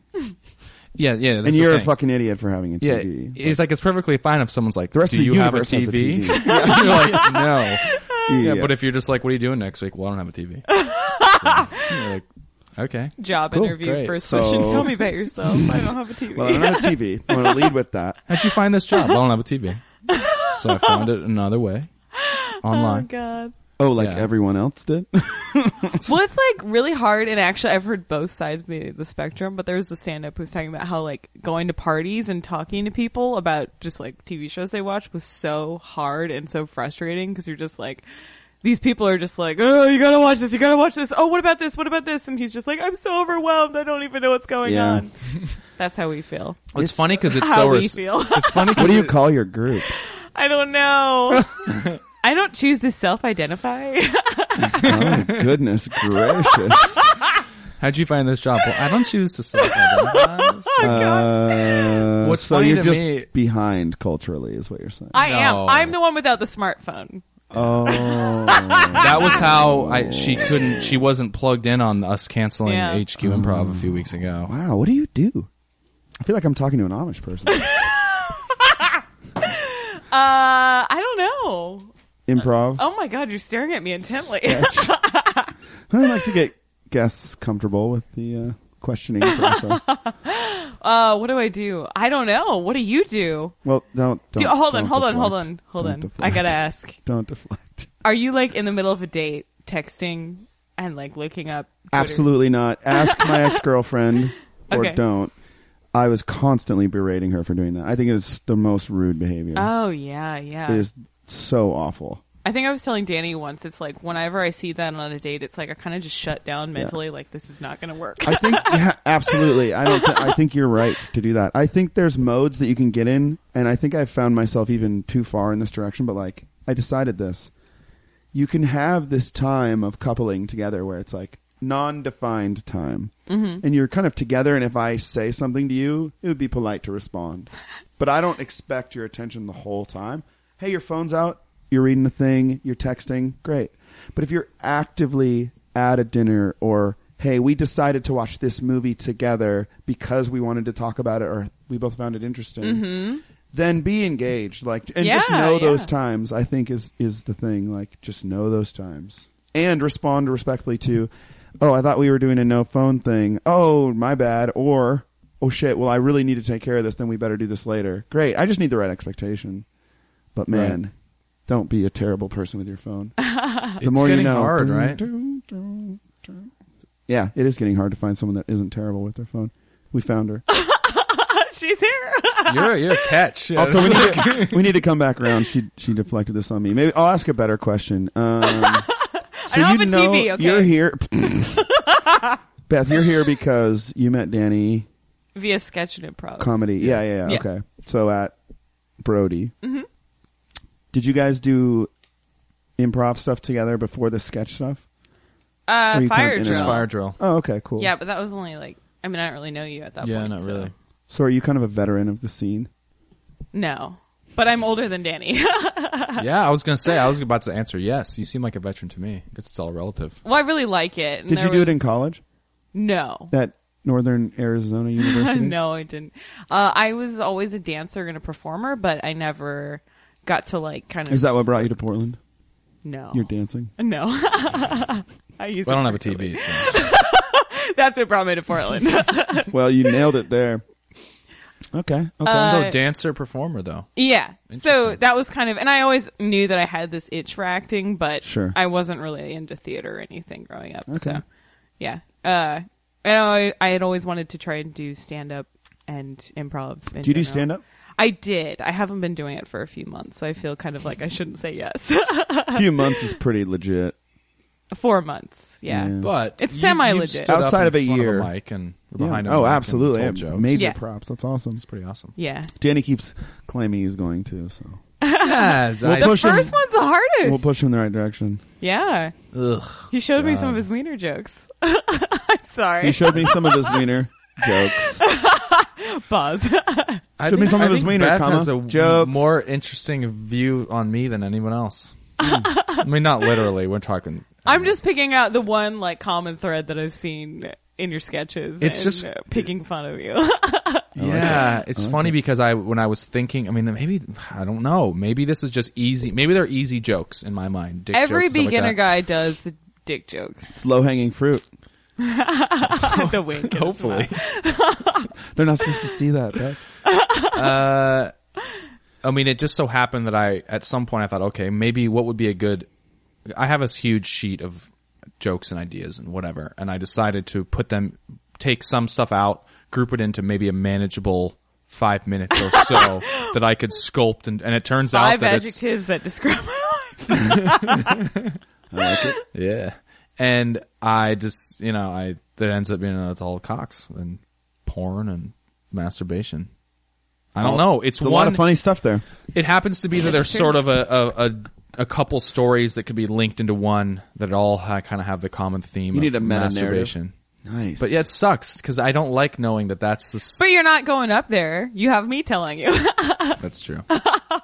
yeah, yeah. that's and the you're a thing. fucking idiot for having a Yeah, TV. it's like it's perfectly fine if someone's like, The rest "Do of the you have a universe has a TV?" TV. you're like, "No." yeah, Yeah, but if you're just like, "What are you doing next week?" Well, I don't have a TV. You're like, okay. Job Cool, interview great. first So- question. Tell me about yourself. I don't have a TV. well, I don't have a TV. I'm going to lead with that. How'd you find this job? I don't have a TV. So I found it another way. oh Online. god. Oh, like Yeah. everyone else did. Well, it's like really hard, and actually, I've heard both sides of the the spectrum. But there was a stand up who was talking about how like going to parties and talking to people about just like TV shows they watched was so hard and so frustrating because you're just like. These people are just like, oh, you gotta watch this, you gotta watch this. Oh, what about this? What about this? And he's just like, I'm so overwhelmed, I don't even know what's going Yeah. on. That's how we feel. it's, funny because it's how so. we res- feel. It's funny. 'cause what do you it- call your group? I don't know. I don't choose to self-identify. Oh, goodness gracious! Oh How'd you find this job? Well, I don't choose to self identify. Uh, What's so funny you're to just me- behind culturally, is what you're saying. I No. am. I'm the one without the smartphone. oh, that was how I, she couldn't. She wasn't plugged in on us canceling Yeah. HQ Improv a few weeks ago. wow! What do you do? I feel like I'm talking to an Amish person. Uh, I don't know. Improv. Oh my god, you're staring at me intently. I like to get guests comfortable with the uh, questioning process. Uh, what do I do? I don't know. What do you do? Well, don't, don't do hold on, don't hold on, deflect. hold on, hold Don't on. I deflect. gotta ask. Don't deflect. Are you like in the middle of a date, texting and like looking up? Twitter? Absolutely not. Ask my ex girlfriend or Okay. don't. I was constantly berating her for doing that. I think it is the most rude behavior. Oh yeah, yeah. It is so awful. I think I was telling Danny once. It's like whenever I see that on a date, it's like I kind of just shut down mentally. Like this is not gonna work. I think yeah, absolutely. I don't. Th- I think you're right to do that. I think there's modes that you can get in, and I think I've found myself even too far in this direction. But like, I decided this. You can have this time of coupling together where it's like non-defined time, Mm-hmm. and you're kind of together. And if I say something to you, it would be polite to respond, but I don't expect your attention the whole time. Hey, your phone's out. You're reading a thing. You're texting. Great. But if you're actively at a dinner or hey, we decided to watch this movie together because we wanted to talk about it or we both found it interesting. Then be engaged, like, and just Mm-hmm. Yeah, know those yeah. times. I think is is the thing. Like, just know those times and respond respectfully to, oh, I thought we were doing a no phone thing. Oh, my bad. Or, oh shit. Well, I really need to take care of this. Then we better do this later. Great. I just need the right expectation. But man, Right. don't be a terrible person with your phone. The more you getting know. hard, right? Yeah, it is getting hard to find someone that isn't terrible with their phone. We found her. She's here. You're a, you're a catch. Yeah. Also, we need, to, we need to come back around. She she deflected this on me. Maybe I'll ask a better question. Um, so don't have you a know TV, okay? you're here, Beth. You're here because you met Danny Via sketch and improv. comedy. Yeah, yeah, yeah. Yeah. Okay, so at Brody, Mm-hmm. did you guys do improv stuff together before the sketch stuff? uh, Were you kind of fire in and drill. Just fire drill. Oh, okay, cool. Yeah, but that was only like. I mean, I don't really know you at that yeah, point. not so- really. So are you kind of a veteran of the scene? No, but I'm older than Danny. yeah, I was gonna say I was about to answer yes. You seem like a veteran to me because it's all relative. well, I really like it. and Did there you do it was- in college No. at Northern Arizona University? no, I didn't. Uh, I was always a dancer and a performer, but I never got to like kind of. Is that what brought you to Portland? no? You're dancing. No. I use. Well, I it don't have a frequently. TV. So. That's what brought me to Portland. well, you nailed it there. Okay. Okay. Uh, so dancer performer though. yeah. So Interesting. that was kind of, and I always knew that I had this itch for acting, but Sure. I wasn't really into theater or anything growing up. Okay. So, yeah. Uh, and I, I had always wanted to try and do stand up and improv. do you do stand up? I did. I haven't been doing it for a few months, so I feel kind of like I shouldn't say yes. A few months is pretty legit. Four months. Yeah. Yeah. But It's you- semi-legit. you've stood up Outside in of a front year. mic and we're Yeah. behind. a Oh, mic and absolutely. told I- jokes. Major Yeah. props. That's awesome. It's pretty awesome. Yeah. Danny keeps claiming he's going to, so Yes, We'll I- push him. First one's the hardest. we'll push him in the right direction. yeah. Ugh. He showed me some God. of his wiener jokes. I'm He sorry. showed me some of his wiener jokes. Buzz. I Show me think- some I of his think wiener, Beth comma, has a jokes. more interesting view on me than anyone else. Hmm. I mean, not literally. We're talking. I'm just picking out the one like common thread that I've seen in your sketches. It's and, just- uh, picking fun of you. yeah, it's I like funny because I when I was thinking, I mean, maybe I don't know. Maybe this is just easy. Maybe they're easy jokes in my mind. Dick Every jokes, stuff like beginner that. guy does the dick jokes. It's low hanging fruit. the wink. hopefully. They're not supposed to see that. Beth. uh, I mean, it just so happened that I, at some point, I thought, okay, maybe what would be a good. I have this huge sheet of jokes and ideas and whatever, and I decided to put them, take some stuff out, group it into maybe a manageable five minutes or so that I could sculpt, and, and it turns out Five that it's adjectives that describe my life. I like it. yeah, and I just you know I that ends up being uh, it's all cocks and porn and masturbation. I don't know. It's It's a one lot of funny stuff there. It happens to be that there's true. sort of a, a, a a couple stories that could be linked into one that all ha- kind of have the common theme. You of need a meta-narrative. masturbation. Nice. But yeah, it sucks because I don't like knowing that that's the. s- But you're not going up there. You have me telling you. that's true. yeah,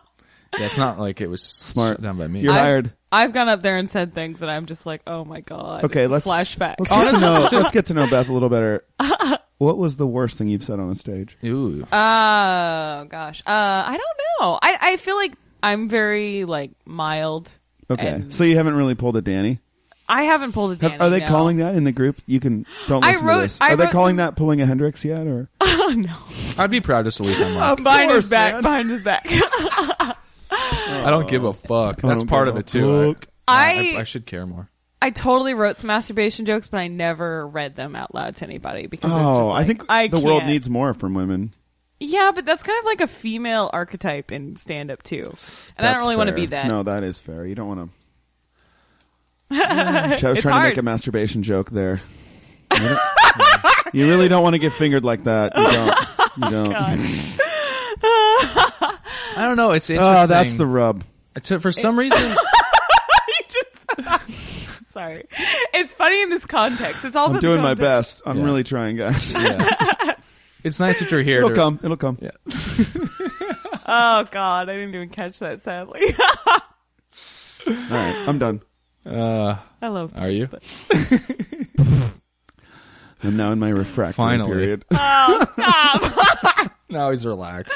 it's not like it was Smart. smart done by me. You're I've- hired. I've gone up there and said things that I'm just like, oh my god. Okay, let's flashback. Let's get, to know, let's get to know Beth a little better. What was the worst thing you've said on a stage? Ooh, Oh gosh. Uh, I don't know. I I feel like I'm very like mild. Okay, and so you haven't really pulled a Danny. I haven't pulled a Have- Danny. are they no. calling that in the group? You can don't I listen to wrote- this. I Are they wrote calling some- that pulling a Hendrix yet? Or Oh no. I'd be proud just to lose my Oh. mind. behind course, his back. man. Behind his back. I don't give a fuck. That's don't part give of a it too. fuck. I, I- I should care more. I totally wrote some masturbation jokes, but I never read them out loud to anybody because it's just oh, like, I think I the world can't. needs more from women. Yeah, but that's kind of like a female archetype in stand up too, and I don't That's really want to fair. be that. No, that is fair. You don't want to. I was trying It's to make hard. a masturbation joke there. You don't- you really don't want to get fingered like that. You don't. You don't. I don't know. It's interesting. Uh, oh, that's the rub. To- for some reason. You just- sorry. It's funny in this context. It's all. I'm about the doing my context. best. I'm Yeah. really trying, guys. yeah. It's nice that you're here. It'll to- come. It'll come. Yeah. Oh God, I didn't even catch that. Sadly, All right, I'm done. Uh, I love. are you? I'm now in my refractory Finally. period. Now he's relaxed.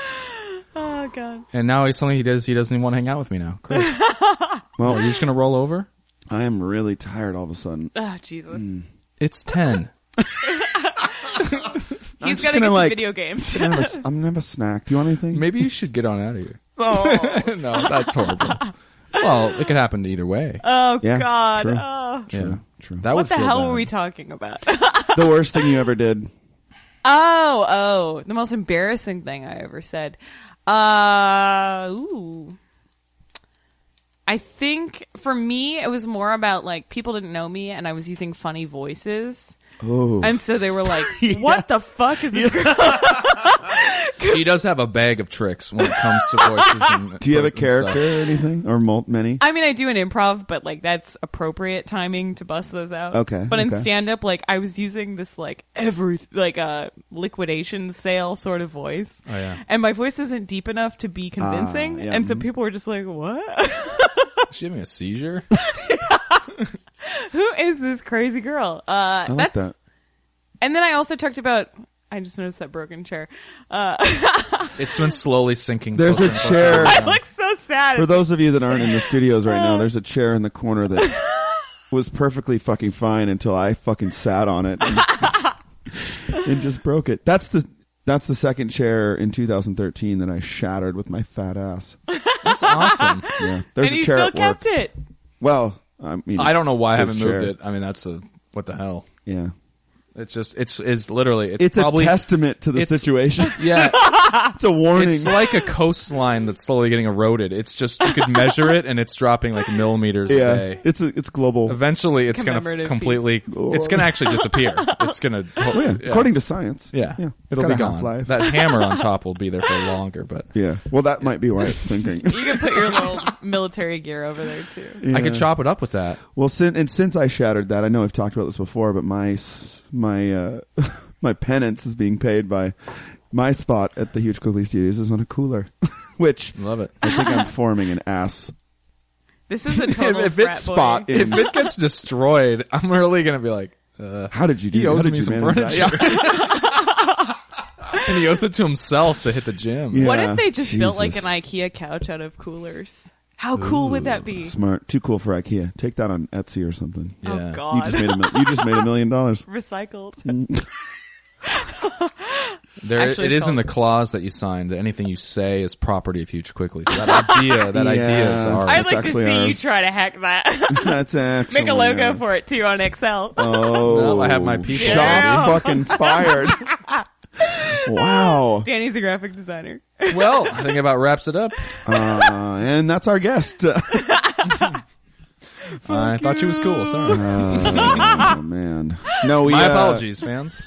Oh god. And now he's something he does. He doesn't even want to hang out with me now. Chris, Well, are you just gonna roll over? I am really tired all of a sudden. Oh Jesus. It's ten. He's just gotta gonna, get like- to video games. I'm gonna have a, I'm gonna have a snack. Do you want anything? Maybe you should get on out of here. Oh, no, that's horrible. Well, it could happen either way. oh Yeah, god. true. Oh. Yeah. True, true. That would What the feel hell bad. were we talking about? the worst thing you ever did. Oh, oh, the most embarrassing thing I ever said. Uh, ooh. I think for me, it was more about like people didn't know me and I was using funny voices. Oh, And so they were like, what the fuck is this? girl?" She does have a bag of tricks when it comes to voices. And do you have a and stuff. character or anything or mul- many? I mean, I do an improv, but like that's appropriate timing to bust those out. Okay, But in okay. stand up, like I was using this like every, like a liquidation sale sort of voice. Oh, yeah. And my voice isn't deep enough to be convincing. Ah, yeah. Mm-hmm. And so people were just like, what? Is she having a seizure? Who is this crazy girl? Uh, I like that's. that. And then I also talked about. I just noticed that broken chair. It's been slowly sinking. There's closer a and closer chair. to the I ground. look so sad. For those of you that aren't in the studios right now, there's a chair in the corner that was perfectly fucking fine until I fucking sat on it and, and just broke it. That's the that's the second chair in 2013 that I shattered with my fat ass. That's awesome. Yeah, there's and a you chair still at work. kept it. Well, I mean, I don't know why I it's haven't his moved chair. it. I mean, that's a what the hell. Yeah, It's just it's is literally it's, it's probably a testament to the it's- situation. yeah. it's a warning. It's like a coastline that's slowly getting eroded. It's just you could measure it and it's dropping like millimeters yeah, a day. it's a, it's global. Eventually, it's going to Commemorative completely. It's going to actually disappear. It's going to. Oh, yeah. According to science. Yeah, yeah, It's it'll got be a gone. half-life. That hammer on top will be there for longer, but Yeah. Well, that might be why it's sinking. You can put your little military gear over there too. I could chop it up with that. Well, since and since I shattered that, I know I've talked about this before, but my s- my uh, my penance is being paid by my spot at the Huge Quickly Studios is on a cooler, which Love it. I think I'm forming an ass. This is a If, total if frat it's boy. spot, If in, it gets destroyed, I'm really going to be like, uh, how did you do? he how owes did me you some manage that? furniture, and he owes it to himself to hit the gym. Yeah. What if they just built like an Jesus. IKEA couch out of coolers? How cool would that be? Smart, too cool for IKEA. Take that on Etsy or something. Yeah. Oh You just god. made a mil- you just made a million dollars. Recycled. There, Actually, it is in so- the clause that you signed that anything you say is property of Huge Quickly. So that idea, that idea is Yeah. ours. I'd It's like to actually see you ours. try to hack that. That's actually Make a logo uh, for it too on Excel. Oh, No, I have my people. Shots Yeah. fucking fired. wow. Danny's a graphic designer. well, I think about wraps it up. Uh, and that's our guest. Uh, I thought she was cool. Sorry. oh, man. No, we, My uh, apologies, fans.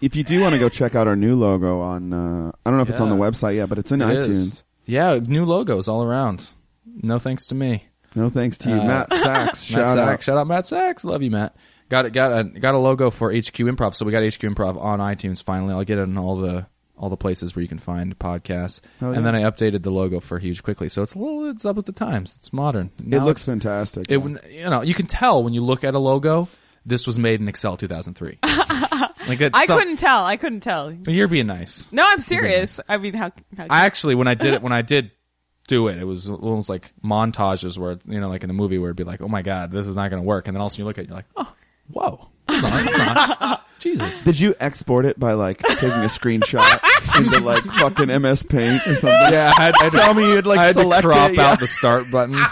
If you do want to go check out our new logo on, uh, I don't know if it's on the Yeah. website yet, but it's in It iTunes. is. Yeah, new logos all around. No thanks to me. No thanks to you, Uh, Matt Sachs. Matt Shout Sachs. out. Shout out Matt Sachs. Love you, Matt. Got it. Got a got a logo for HQ Improv. So we got HQ Improv on iTunes finally. I'll get it in all the all the places where you can find podcasts. Hell And yeah. then I updated the logo for Huge quickly. So it's a little. It's up with the times. It's modern. It Now looks it's- fantastic. It wouldn't- you know you can tell when you look at a logo. This was made in Excel 2003. like that's I some- couldn't tell. I couldn't tell. You're being nice. No, I'm serious. I mean, how? how I actually, when I did it, when I did do it, it was almost like montages where, it's, you know, like in a movie where it'd be like, oh my God, this is not going to work. And then all of a sudden you look at it, you're like, oh, whoa. It's not. It's not. Jesus. Did you export it by like taking a screenshot into like fucking MS Paint or something? Yeah, I had- I had to- tell me you'd like I had to select crop it, yeah. out the start button.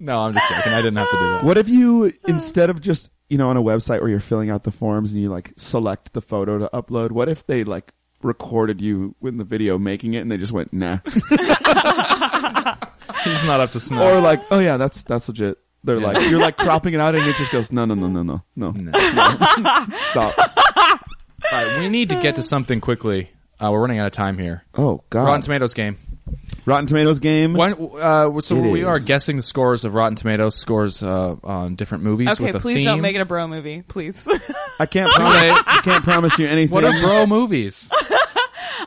no, I'm just joking. I didn't have to do that. What if you instead of just you know on a website where you're filling out the forms and you like select the photo to upload? What if they like recorded you in the video making it and they just went nah, He's not up to snuff. or like oh yeah that's that's legit. They're Yeah. like you're like cropping it out and it just goes no no no no no no, No. stop. All right, we need to get to something quickly. Uh, we're running out of time here. Oh god, Rotten Tomatoes game. Rotten Tomatoes game. When, uh, so It we are is. guessing the scores of Rotten Tomatoes scores uh, on different movies okay, with a please theme. don't make it a bro movie, please. I can't promise. Okay. I can't promise you anything. what are bro movies?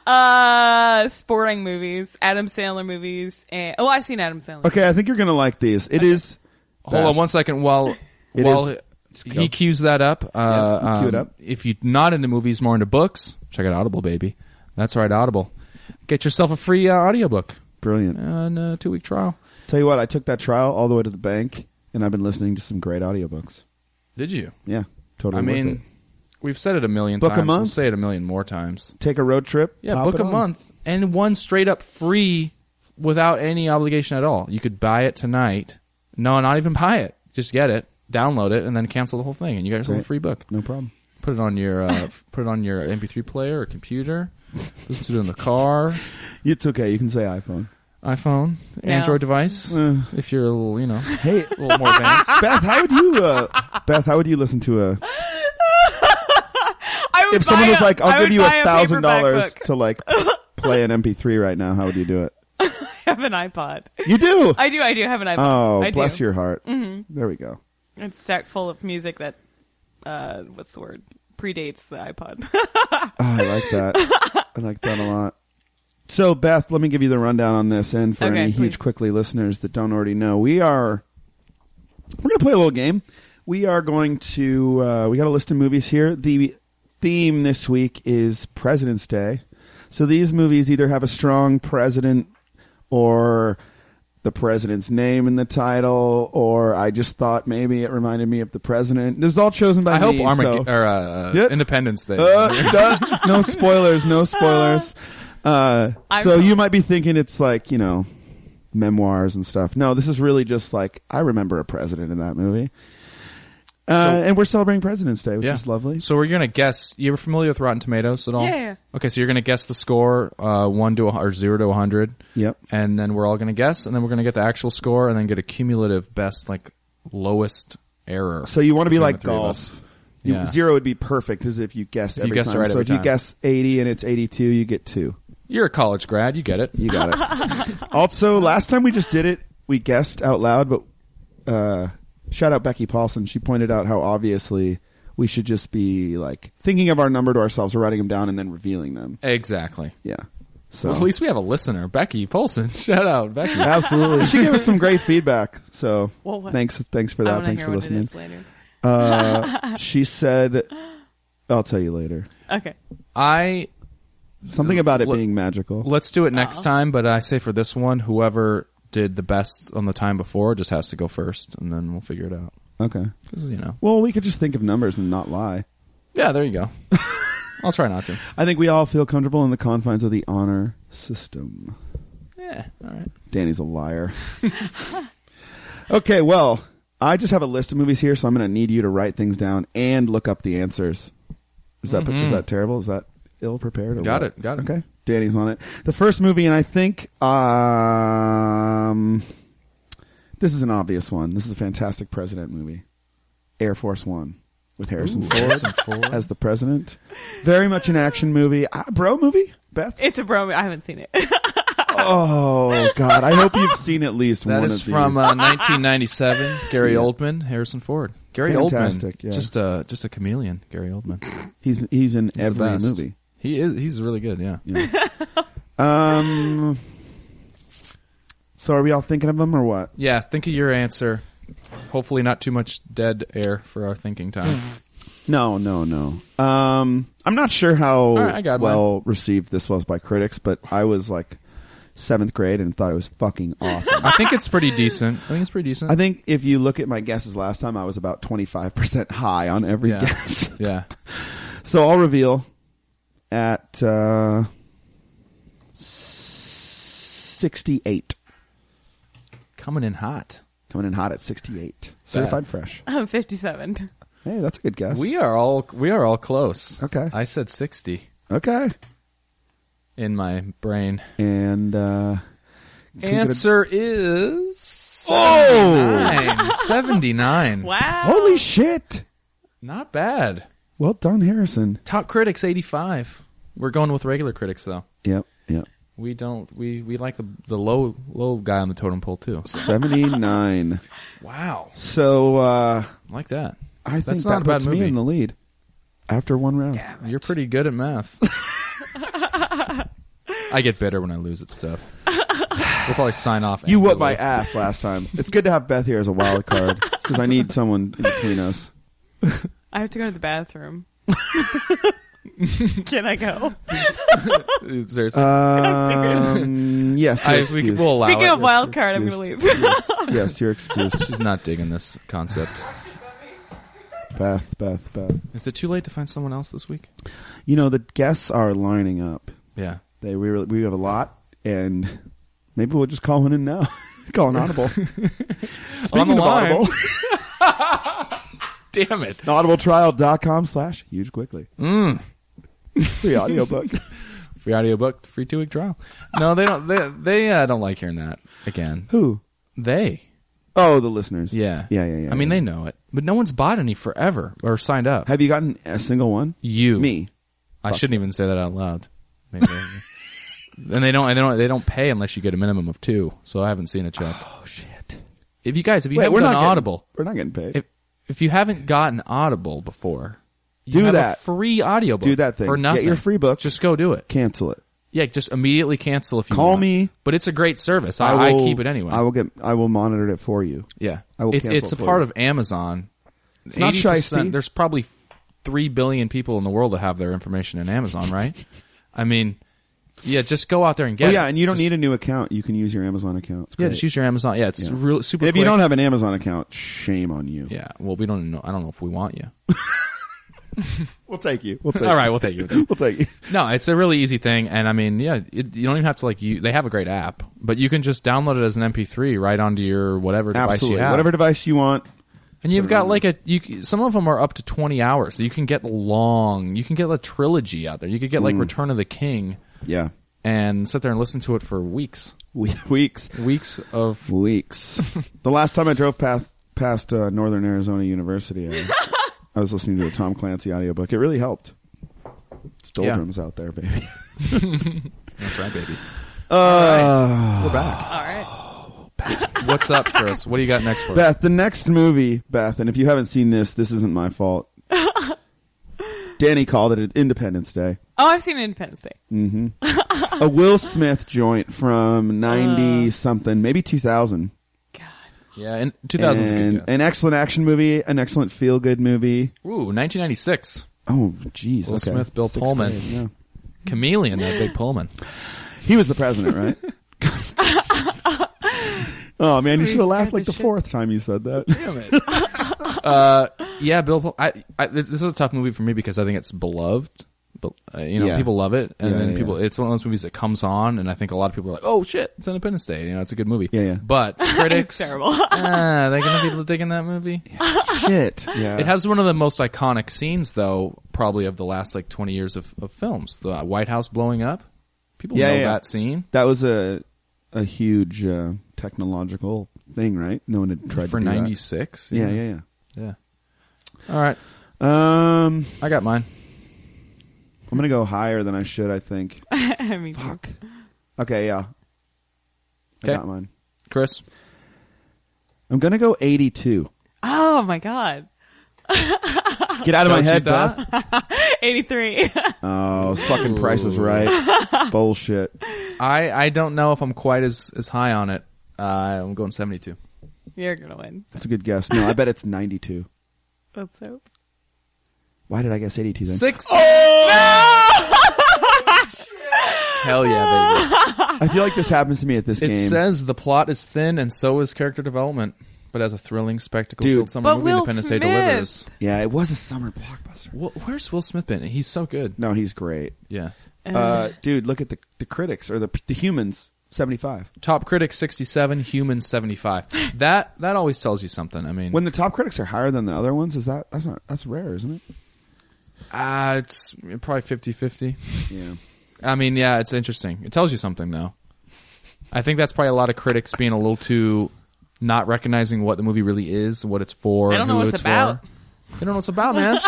uh, sporting movies, Adam Sandler movies, and oh, I've seen Adam Sandler. okay, I think you're gonna like these. It is. Hold on one second. While It while is- he cues that up. Uh, Yeah, cue it um, up. If you're not into movies, more into books, check out Audible, baby. That's right, Audible. Get yourself a free uh, audiobook Brilliant. and a two week trial. Tell you what, I took that trial all the way to the bank, and I've been listening to some great audiobooks. Did you? Yeah, totally. I worth mean, it. we've said it a million Book a times. We'll month? say it a million more times. take a road trip. Yeah, pop book it a on. month and one straight up free without any obligation at all. You could buy it tonight. No, not even buy it. Just get it, download it, and then cancel the whole thing, and you got yourself a Great. free book. No problem. Put it on your uh, f- put it on your MP3 player or computer. Listen to it in the car, It's okay. You can say iPhone. iPhone, Yeah. Android device. Uh. if you're a little, you know, a Hey, little more advanced. Beth, how would you? Uh, Beth, how would you listen to a? I would If someone buy was a- like, I "I'll would give you buy a thousand paperback dollars book. to like play an MP3 right now," how would you do it? I have an iPod. You do. I do. I do have an iPod. oh, I bless do. Mm-hmm. your heart. There we go. It's stacked full of music that, uh, what's the word? Predates the iPod. Oh, I like that. I like that a lot. So, Beth, let me give you the rundown on this, and for Okay, any please. huge quickly listeners that don't already know, we are we're gonna play a little game. We are going to uh, we got a list of movies here. The theme this week is President's Day, so these movies either have a strong president or the president's name in the title, or I just thought maybe it reminded me of the president. It was all chosen by I hope me, Armageddon so- or uh, Yeah. Independence Day. uh, duh. no spoilers, no spoilers. Uh, I'm- so you might be thinking it's like, you know, memoirs and stuff. No, this is really just like, I remember a president in that movie. Uh, So- and we're celebrating President's Day, which yeah. is lovely. So we're gonna guess. You ever familiar with Rotten Tomatoes at all? Yeah, yeah. Okay, so you're gonna guess the score, uh, one to a, or zero to hundred. Yep. And then we're all gonna guess, and then we're gonna get the actual score, and then get a cumulative best, like lowest error. So you want to be between like the three of us. golf. You- Yeah. Zero would be perfect as if you guessed You every guessed it time. right so every if time. you guess 80 and it's 82, you get two. You're a college grad. You get it. You got it. also, last time we just did it, we guessed out loud, but uh, shout out Becky Paulson. She pointed out how obviously we should just be like thinking of our number to ourselves, writing them down, and then revealing them. Exactly. Yeah. So Well, at least we have a listener, Becky Polson. Shout out, Becky. absolutely, she gave us some great feedback. So Well, what- thanks, thanks for I that. want to Thanks hear for what it listening. is later. Uh, she said, "I'll tell you later." Okay. I Something about it Let- being magical. let's do it next time, but I say for this one, whoever did the best on the time before just has to go first, and then we'll figure it out. okay. 'Cause, you know. Well, we could just think of numbers and not lie. Yeah, there you go. I'll try not to. I think we all feel comfortable in the confines of the honor system. Yeah. All right. Danny's a liar. okay, well, I just have a list of movies here, so I'm going to need you to write things down and look up the answers. Is that is that terrible? Is that ill prepared? or Mm-hmm. Got what? it, got it. Okay, Danny's on it. The first movie, and I think um, this is an obvious one. This is a fantastic president movie, Air Force One, with Harrison Ford as the president. Very much an action movie, uh, bro movie. Beth, It's a bro. I haven't seen it. Oh God! I hope you've seen at least That one is of these. from uh, 1997. Gary Yeah. Oldman, Harrison Ford. Gary Fantastic, Oldman, yeah. just a just a chameleon. Gary Oldman. he's he's in He's the every best. movie. He is. He's really good. Yeah. Yeah. um. So are we all thinking of them or what? Yeah. Think of your answer. Hopefully, not too much dead air for our thinking time. No, no, no. Um, I'm not sure how right, I got mine. well received this was by critics, but I was like seventh grade and thought it was fucking awesome. I think it's pretty decent. I think it's pretty decent. I think if you look at my guesses last time, I was about 25% high on every Yeah. guess. yeah. So I'll reveal at uh, 68. Coming in hot. Coming in hot at 68. Certified fresh. I'm 57. Hey, that's a good guess. We are all we are all close. Okay. I said 60 okay. in my brain. And uh, can we get a- Answer is Oh! 79. 79. Wow. Holy shit. Not bad. Well done, Harrison. Top critics 85. We're going with regular critics though. Yep, yep. We don't we we like the the low low guy on the totem pole too. 79. Wow. so uh, I like that. I think That's that not a bad puts me movie. in the lead after one round. You're pretty good at math. I get bitter when I lose at stuff. We'll probably sign off. You whooped angrily. my ass last time. It's good to have Beth here as a wild card because I need someone in between us. I have to go to the bathroom. Can I go? Seriously. Uh, Um, yes, I, you're we excused. will allow Speaking it. of wild You're card, I'm gonna excused. leave. yes, yes, you're excused. She's not digging this concept. Beth, Beth, Beth. Is it too late to find someone else this week? You know the guests are lining up. Yeah. They we really, we have a lot, and maybe we'll just call one in now. call an audible. Speaking the of line. audible, Damn it. audibletrial.com slash huge quickly. Mm. Free audiobook. Free audiobook, free two week trial. No, they don't. They they uh, don't like hearing that again. Who? They. Oh, the listeners. Yeah. Yeah, yeah, yeah. I mean, yeah. they know it, but no one's bought any forever or signed up. Have you gotten a single one? you Me. I shouldn't even say that out loud. Maybe. and they don't. And they don't. They don't pay unless you get a minimum of two. So I haven't seen a check. Oh shit. If you guys, if you Wait, haven't we're done not getting, Audible, We're not getting paid. if if you haven't gotten Audible before, you Do have that. a free audiobook. Do that thing. for Get nothing. your free book. Just go do it. Cancel it. Yeah, just immediately cancel if you Call want. me. But it's a great service. I, I, will- keep it anyway. I will get. I will monitor it for you. Yeah, I will it's cancel it's a for part you. of Amazon. It's not shisty. There's probably three billion people in the world that have their information in Amazon, right? I mean, yeah, just go out there and get. oh yeah, it. and you don't Just- need a new account. You can use your Amazon account. It's Yeah, great. just use your Amazon. Yeah, it's Yeah. real super. if you quick. don't have an Amazon account, shame on you. yeah, well, we don't know. I don't know if we want you. We'll take you. We'll take. All right, we'll take you. you. we'll take you. No, it's a really easy thing, and I mean, yeah, it, you don't even have to like. You they have a great app, but you can just download it as an MP3 right onto your whatever device you Absolutely. have. Whatever device you want. And you've got like a you. Some of them are up to twenty hours, so you can get long. You can get a trilogy out there. You could get Mm. like Return of the King Yeah. and sit there and listen to it for weeks, We- Weeks. weeks of. Weeks. the last time I drove past past uh, Northern Arizona University, I, I was listening to a Tom Clancy audiobook. It really helped. It's Yeah. doldrums out there, baby. That's right, baby. Uh, We're back. All right. What's up, Chris? What do you got next for us? Beth, the next movie, Beth, and if you haven't seen this, this isn't my fault. Danny called it Independence Day. Oh, I've seen Independence Day. A Will Smith joint from 90 something, maybe 2000. God. Yeah, in 2000's a And good guess. An excellent action movie, an excellent feel good movie. Ooh, 1996. Oh, jeez. Will okay. Smith, Bill Sixth Pullman. grade, yeah. Chameleon, that big Pullman. He was the president, right? oh man, you should have laughed scared like the the shit. fourth time you said that. Damn it. uh, yeah, Bill. Pull- I, I, this this is a tough movie for me because I think it's beloved. But uh, you know, Yeah. people love it, and Yeah, then yeah, people. yeah. It's one of those movies that comes on, and I think a lot of people are like, "Oh shit, it's Independence Day." You know, it's a good movie. Yeah, yeah. But critics, terrible. ah, they're gonna be digging that movie. Shit. Yeah. It has one of the most iconic scenes, though, probably of the last like twenty years of, of films. The White House blowing up. People Yeah, know yeah. that scene. that was a a huge uh, technological thing, right? No one had tried for to do that. '96. Yeah, yeah, yeah. All right, yeah. Um, I got mine. I'm gonna go higher than I should. I think. I mean, Fuck. Okay, yeah. Okay. I got mine. Chris, I'm gonna go 82. oh my god, Get out of my Don't you head, thought? Beth. eighty-three. Oh, it's fucking Price is Right. Bullshit. I, I don't know if I'm quite as, as high on it. Uh, I'm going 72. You're gonna win. That's a good guess. No, I bet it's 92. Let's hope. Why did I guess 82 then? Six. Hell yeah, baby. I feel like this happens to me at this It game. says the plot is thin and so is character development, but as a thrilling spectacle Dude. filled summer But movie, Will Independence Smith. Day delivers. yeah, it was a summer blockbuster. Wh- where's Will Smith been? He's so good. No, he's great. Yeah. Uh, dude, look at the the critics or the the humans. 75. Top critic 67, human 75. That that always tells you something. I mean, When the top critics are higher than the other ones, is that that's not that's rare, isn't it? uh, it's probably 50 50. Yeah. I mean, yeah, it's interesting. It tells you something, though. I think that's probably a lot of critics being a little too not recognizing what the movie really is, what it's for, They and don't know who what it's it's about. for. They don't know what it's about, man.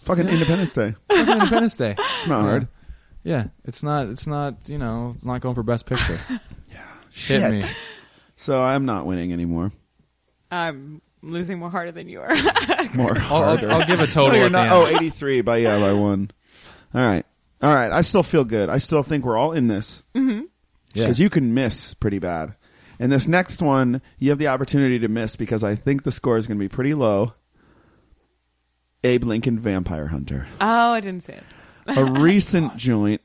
Fucking Independence Day. Fucking Independence Day. It's not hard. Yeah, it's not. It's not. You know, it's not going for Best Picture. Shit. Hit me. So I'm not winning anymore. I'm losing more harder than you are. More I'll, harder. I'll, I'll give a total. No, you're at not. the Oh, end. 83 by yeah by one. All right, all right. I still feel good. I still think we're all in this yeah. because Oh, you can miss pretty bad. And this next one, you have the opportunity to miss because I think the score is going to be pretty low. Abe Lincoln Vampire Hunter. Oh, I didn't say it. A recent joint,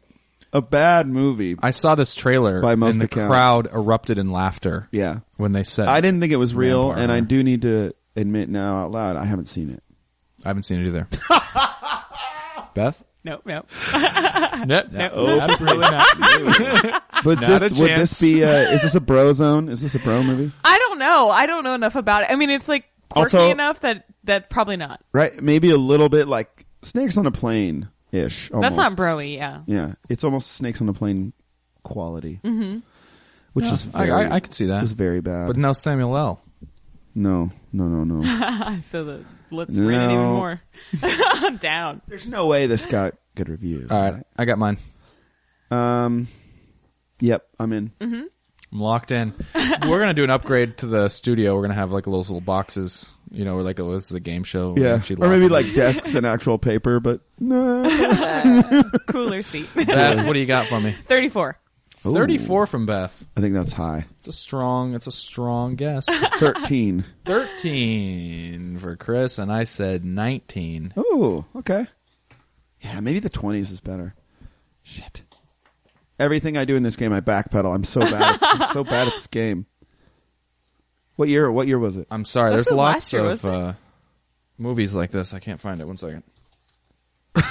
a bad movie. I saw this trailer By most and the accounts. crowd erupted in laughter. Yeah. When they said I didn't think it was real, Vampire. and I do need to admit now out loud I haven't seen it. I haven't seen it either. Beth? Nope, nope. No, no, absolutely not. But Not this, a would chance. this be? Uh, is this a bro zone? Is this a bro movie? I don't know. I don't know enough about it. I mean, it's like quirky Also- enough that that probably not. Right? Maybe a little bit like snakes on a plane ish. That's not broy. Yeah. Yeah, it's almost snakes on a plane quality, mm-hmm. which Yeah, is I- very, I- I could see that. It's very bad. but no Samuel L. no, no, no, no. So the let's bring it even No. more down. There's no way this got good reviews. All right, I got mine. right? Um. Yep, I'm in. I'm locked in. We're gonna do an upgrade to the studio. We're gonna have like those little boxes, you know, where like oh, this is a game show. We Yeah, actually or lock maybe in. like desks and actual paper, but no. Cooler seat. Beth, what do you got for me? Thirty-four. Ooh. Thirty-four from Beth. I think that's high. It's a strong. It's a strong guess. Thirteen. Thirteen for Chris, and I said nineteen. Oh, okay. Yeah, maybe the twenties is better. Shit. Everything I do in this game, I backpedal. I'm so bad. At, I'm so bad at this game. What year? What year was it? I'm sorry. This there's was lots last year, of wasn't uh, movies like this. I can't find it. One second.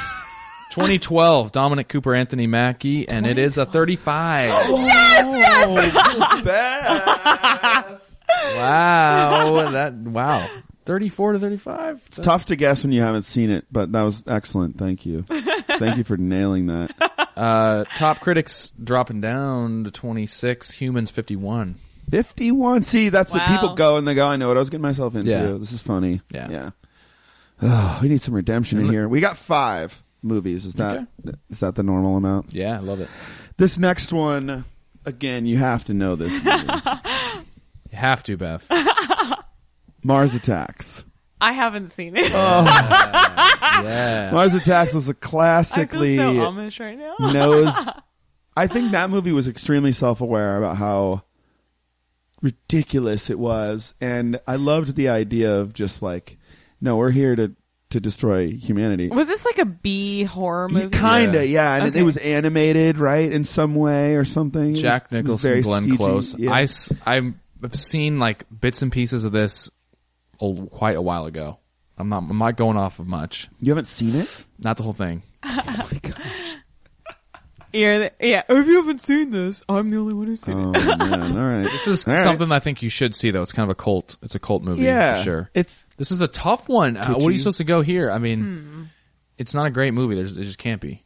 2012, Dominic Cooper, Anthony Mackie, and it is a 35. Oh, bad. wow, that wow, 34 to 35. It's tough to guess when you haven't seen it, but that was excellent. Thank you. Thank you for nailing that. Uh, top critics dropping down to 26, humans 51. Fifty-one. See, that's what Wow. people go and they go. I know what I was getting myself into. Yeah. This is funny. Yeah. Yeah. Oh, we need some redemption in And- here. We got five movies. Is that is that the normal amount? Yeah, I love it. This next one, again, you have to know this. movie. You have to, Beth. Mars Attacks. I haven't seen it. Yeah. Mars Attacks was a I feel classically so Amish right now. knows. I think that movie was extremely self-aware about how ridiculous it was, and I loved the idea of just like, no, we're here to to destroy humanity. Was this like a B horror Yeah, movie? Kinda, yeah, and it- it, Okay. was animated, right, in some way or something. Jack It was Nicholson, very Glenn CG, Close. yeah. I s- I'm- I've seen like bits and pieces of this a, quite a while ago. I'm not I'm not going off of much. you haven't seen it? Not the whole thing. Oh You're the- yeah. If you haven't seen this, I'm the only one who's seen Oh man! All right, This is All right. something I think you should see though. It's kind of a cult. It's a cult movie Yeah, for sure. It's This is a tough one. Uh, what are you you- supposed to go here? I mean, it's not a great movie. There's it just can't be.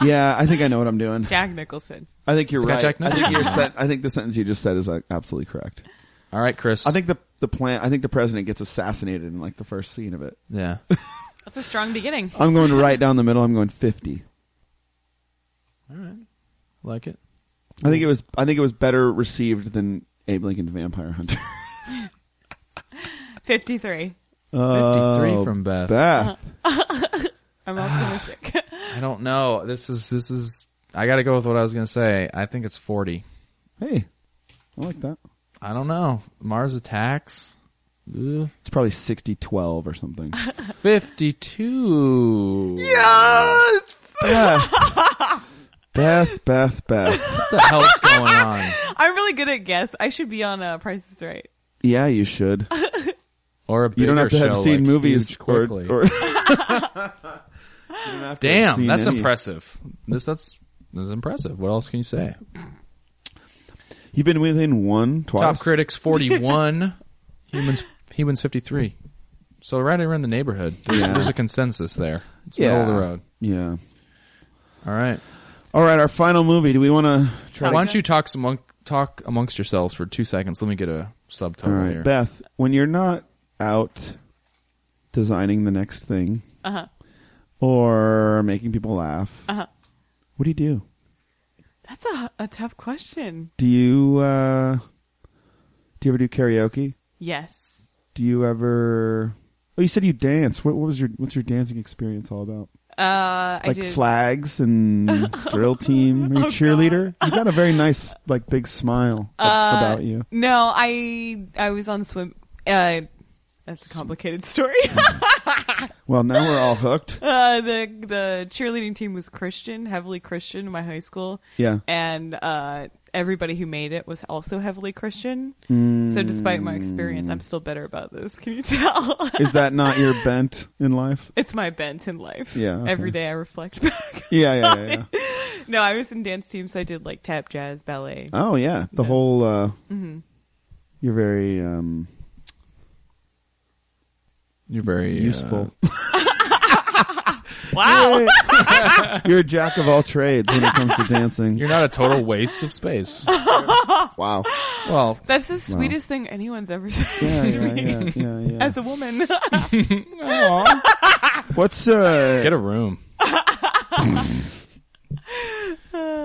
yeah, I think I know what I'm doing. it. Jack Nicholson. I think you're It's got right. Jack I think Nicholson. your sen- I think the sentence you just said is like, absolutely correct. All right, Chris. I think the the plan. I think the president gets assassinated in like the first scene of it. yeah. That's a strong beginning. I'm going right down the middle. I'm going 50. like it. I think it was. I think it was better received than Abe Lincoln Vampire Hunter. Fifty-three. 53 Oh, from Beth. Beth. I'm optimistic. I don't know. This is this is I got to go with what I was going to say. I think it's 40. Hey, I like that. I don't know. Mars attacks. Ugh. It's probably 60 12 or something. 52. Yeah. Beth. Beth. Beth. Beth. What the hell's going on? I'm really good at guess. I should be on uh, Price is Right. Yeah, you should. Or a You don't have to bigger have show, seen like, movies huge or. quickly. or- You don't have to have Damn, seen that's any. impressive. This that's that's impressive. What else can you say? You've been within one twice. Top critics forty one, humans humans fifty three. So right around the neighborhood. There's, Yeah. there's a consensus there. It's Yeah. middle of the road. Yeah. All right. All right, our final movie. Do we want to try? Why to- don't you talk some among- talk amongst yourselves for two seconds? Let me get a subtitle All right, here. Beth. When you're not out designing the next thing Uh-huh. or making people laugh, Uh-huh. what do you do? That's a, a tough question. Do you uh, do you ever do karaoke? Yes. Do you ever? Oh, you said you dance. What, what was your what's your dancing experience all about? Uh, I Like did. flags and drill team. Are you a Oh, cheerleader? You got a very nice like big smile a- Uh, about you. No, I I was on swim. Uh, That's a complicated story. Well, now we're all hooked. uh, the the cheerleading team was Christian, heavily Christian in my high school. Yeah. and uh, everybody who made it was also heavily Christian. So despite my experience, Mm. I'm still bitter about this. Can you tell? Is that not your bent in life? it's my bent in life. Yeah, okay. every day I reflect back. Yeah, yeah, yeah. yeah. no, I was in dance team, so I did like tap, jazz, ballet. Mm-hmm. Oh yeah, the Yes. whole. Uh, You're very um, You're very uh, useful. wow. you're a jack of all trades when it comes to dancing. you're not a total waste of space. wow. Well, That's the sweetest thing anyone's ever said Yeah, to yeah, me yeah, yeah, yeah. as a woman. What's uh? get a room.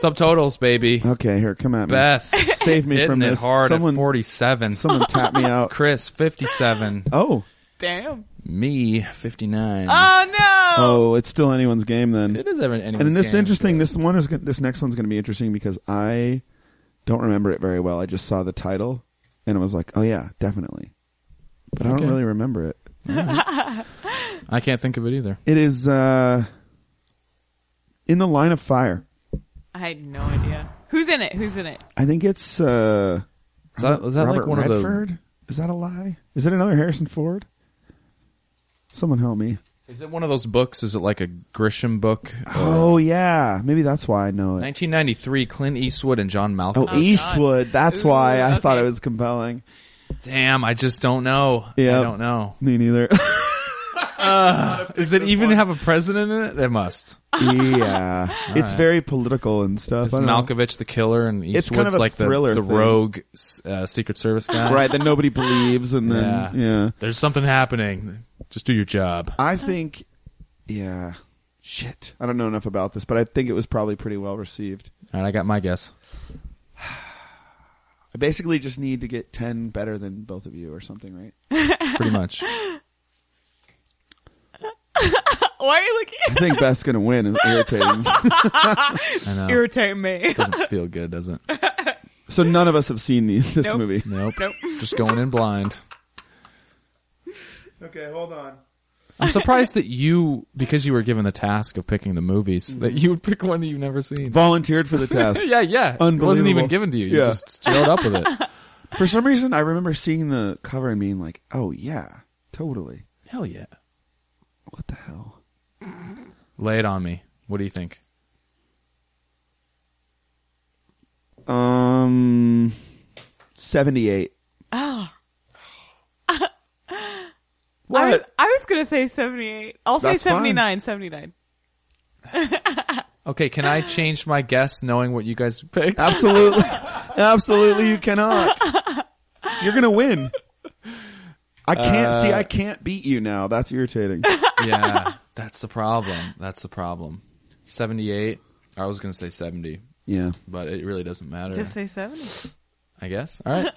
Subtotals, baby. okay, here, come at me. Beth Save me hitting from it this. hard someone, at 47. someone tap me out. Chris 57. Oh, Damn. Me 59. Ah! Oh no. oh, it's still anyone's game then. it is every- anyone's and this game, interesting. but- This one is. gon- This next one's going to be interesting because I don't remember it very well. I just saw the title and it was like, oh yeah, definitely. But I Okay. don't really remember it. I can't think of it either. It is uh, in the line of fire. I had no idea. Who's in it? Who's in it? I think it's. Uh, Is that, is that Robert like one of Redford? Is that a lie? Is it another Harrison Ford? Someone help me. the? Is it one of those books? Is it like a Grisham book? Uh, Oh yeah, maybe that's why I know it. 1993, Clint Eastwood and John Oh, Malkovich. God. Eastwood. That's Ooh, why I thought it okay. was compelling. Damn, I just don't know. Yeah. I don't know. Me neither. Does it even have a president in it? It must. yeah, it's right. very political and stuff. It's I don't know. Malkovich the killer and Eastwood's uh, It's kind of a like the, thriller the thing. rogue uh, Secret Service guy. right? That nobody believes, and then Yeah. yeah. There's something happening. Just do your job. I think, yeah, shit. I don't know enough about this, but I think it was probably pretty well received. All right, I got my guess. I basically just need to get ten better than both of you or something, right? Pretty much. Why are you looking I think Beth's gonna win. It's irritating. I know. Irritate me. Doesn't feel good, does it? so none of us have seen these, this Nope. movie. Nope. Nope. Just going in blind. Okay, hold on. I'm surprised that you, because you were given the task of picking the movies, that you would pick one that you've never seen. Volunteered for the task. Yeah, yeah. It wasn't Unbelievable. even given to you. You Yeah. just showed up with it. For some reason, I remember seeing the cover and being like, "Oh yeah, totally." Hell yeah. What the hell? Lay it on me. What do you think? Um, seventy-eight. Oh, What? I was, I was gonna say seventy-eight. I'll say That's fine. 79, 79. Okay, can I change my guess knowing what you guys picked? Absolutely. Absolutely, you cannot. You're going to win. I can't see, Uh, I can't beat you now. That's irritating. yeah, that's the problem. That's the problem. 78. I was going to say 70, Yeah. but it really doesn't matter, Just say seventy. I guess. All right.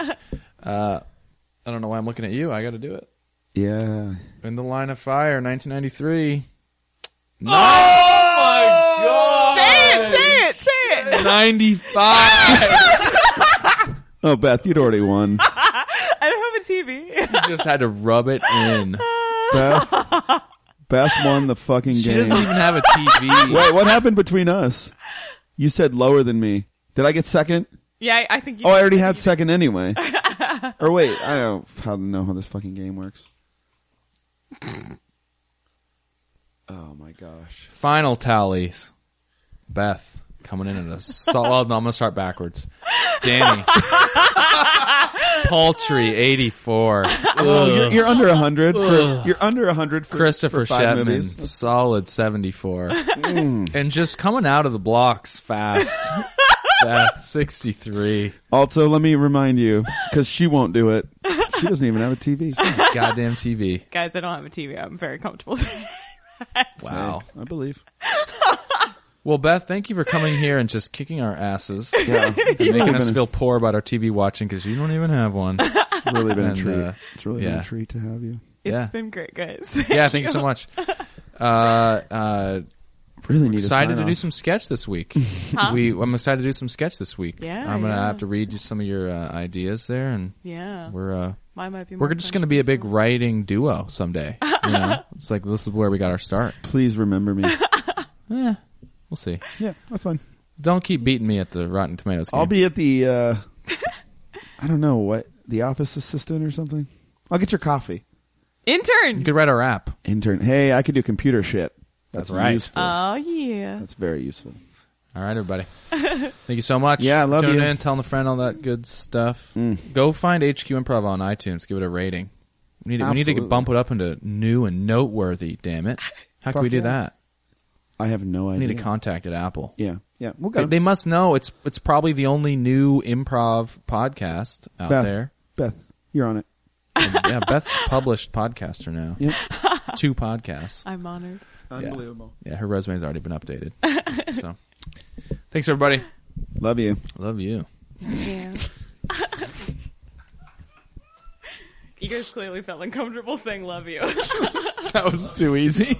Uh, I don't know why I'm looking at you. I got to do it. Yeah. In the Line of Fire, 1993. Oh Say it, say it, say it. 95! Oh, Beth, you'd already won. I don't have a TV. you just had to rub it in. Beth, Beth won the fucking She game. doesn't even have a TV. Wait, what happened between us? You said lower than me. Did I get second? yeah, I, I think. You Oh, I already had second anyway. Or wait, I don't how know how this fucking game works. Oh my gosh. Final tallies. Beth coming in at a solid. no, I'm gonna start backwards. Danny, paltry 84. Oh, You're, you're under a hundred. for- You're under a hundred. For, Christopher for five Shetman, movies. Mm. solid 74. And just coming out of the blocks fast. Beth, 63. Also, let me remind you because she won't do it. She doesn't even have a TV. Goddamn TV. guys, I don't have a TV. I'm very comfortable. saying that. Wow. I believe. Well, Beth, thank you for coming here and just kicking our asses. Yeah, And it's really making us been, feel poor about our TV watching because you don't even have one. a- really been and, a treat. uh, it's really been yeah. a treat to have you. It's Yeah. been great, guys. yeah, thank you so much. Uh, uh, Really need excited a to sign do off. some sketch this week. We I'm excited to do some sketch this week. Yeah, I'm gonna yeah. have to read you some of your uh, ideas there, and Yeah. we're uh, Mine might be we're more just gonna be a big controversial. writing duo someday. You know? it's like this is where we got our start. Please remember me. Eh, we'll see. yeah, that's fine. Don't keep beating me at the Rotten Tomatoes. Game. I'll be at the uh I don't know what the office assistant or something. I'll get your coffee. You intern. could write our app. Intern. Hey, I could do computer shit. That's, That's right. useful. Oh yeah. That's very useful. All right, everybody. Thank you so much. Yeah, I love Tune you. in, telling a friend all that good stuff. Mm. Go find HQ Improv on iTunes. Give it a rating. We need, we need to Absolutely. get- bump it up into new and noteworthy. Damn it! How can Fuck we do yeah. that? I have no We idea. need to contact at Apple. Yeah, yeah. We'll They, go. they must know it's it's probably the only new improv podcast out Beth, there. Beth, you're on it. And, yeah, Beth's published podcaster now. Yep. Two podcasts. I'm honored. Unbelievable. Yeah, her resume's already been updated. so, thanks everybody. Love you. Love you. Yeah. you guys clearly felt uncomfortable saying love you. That was too easy.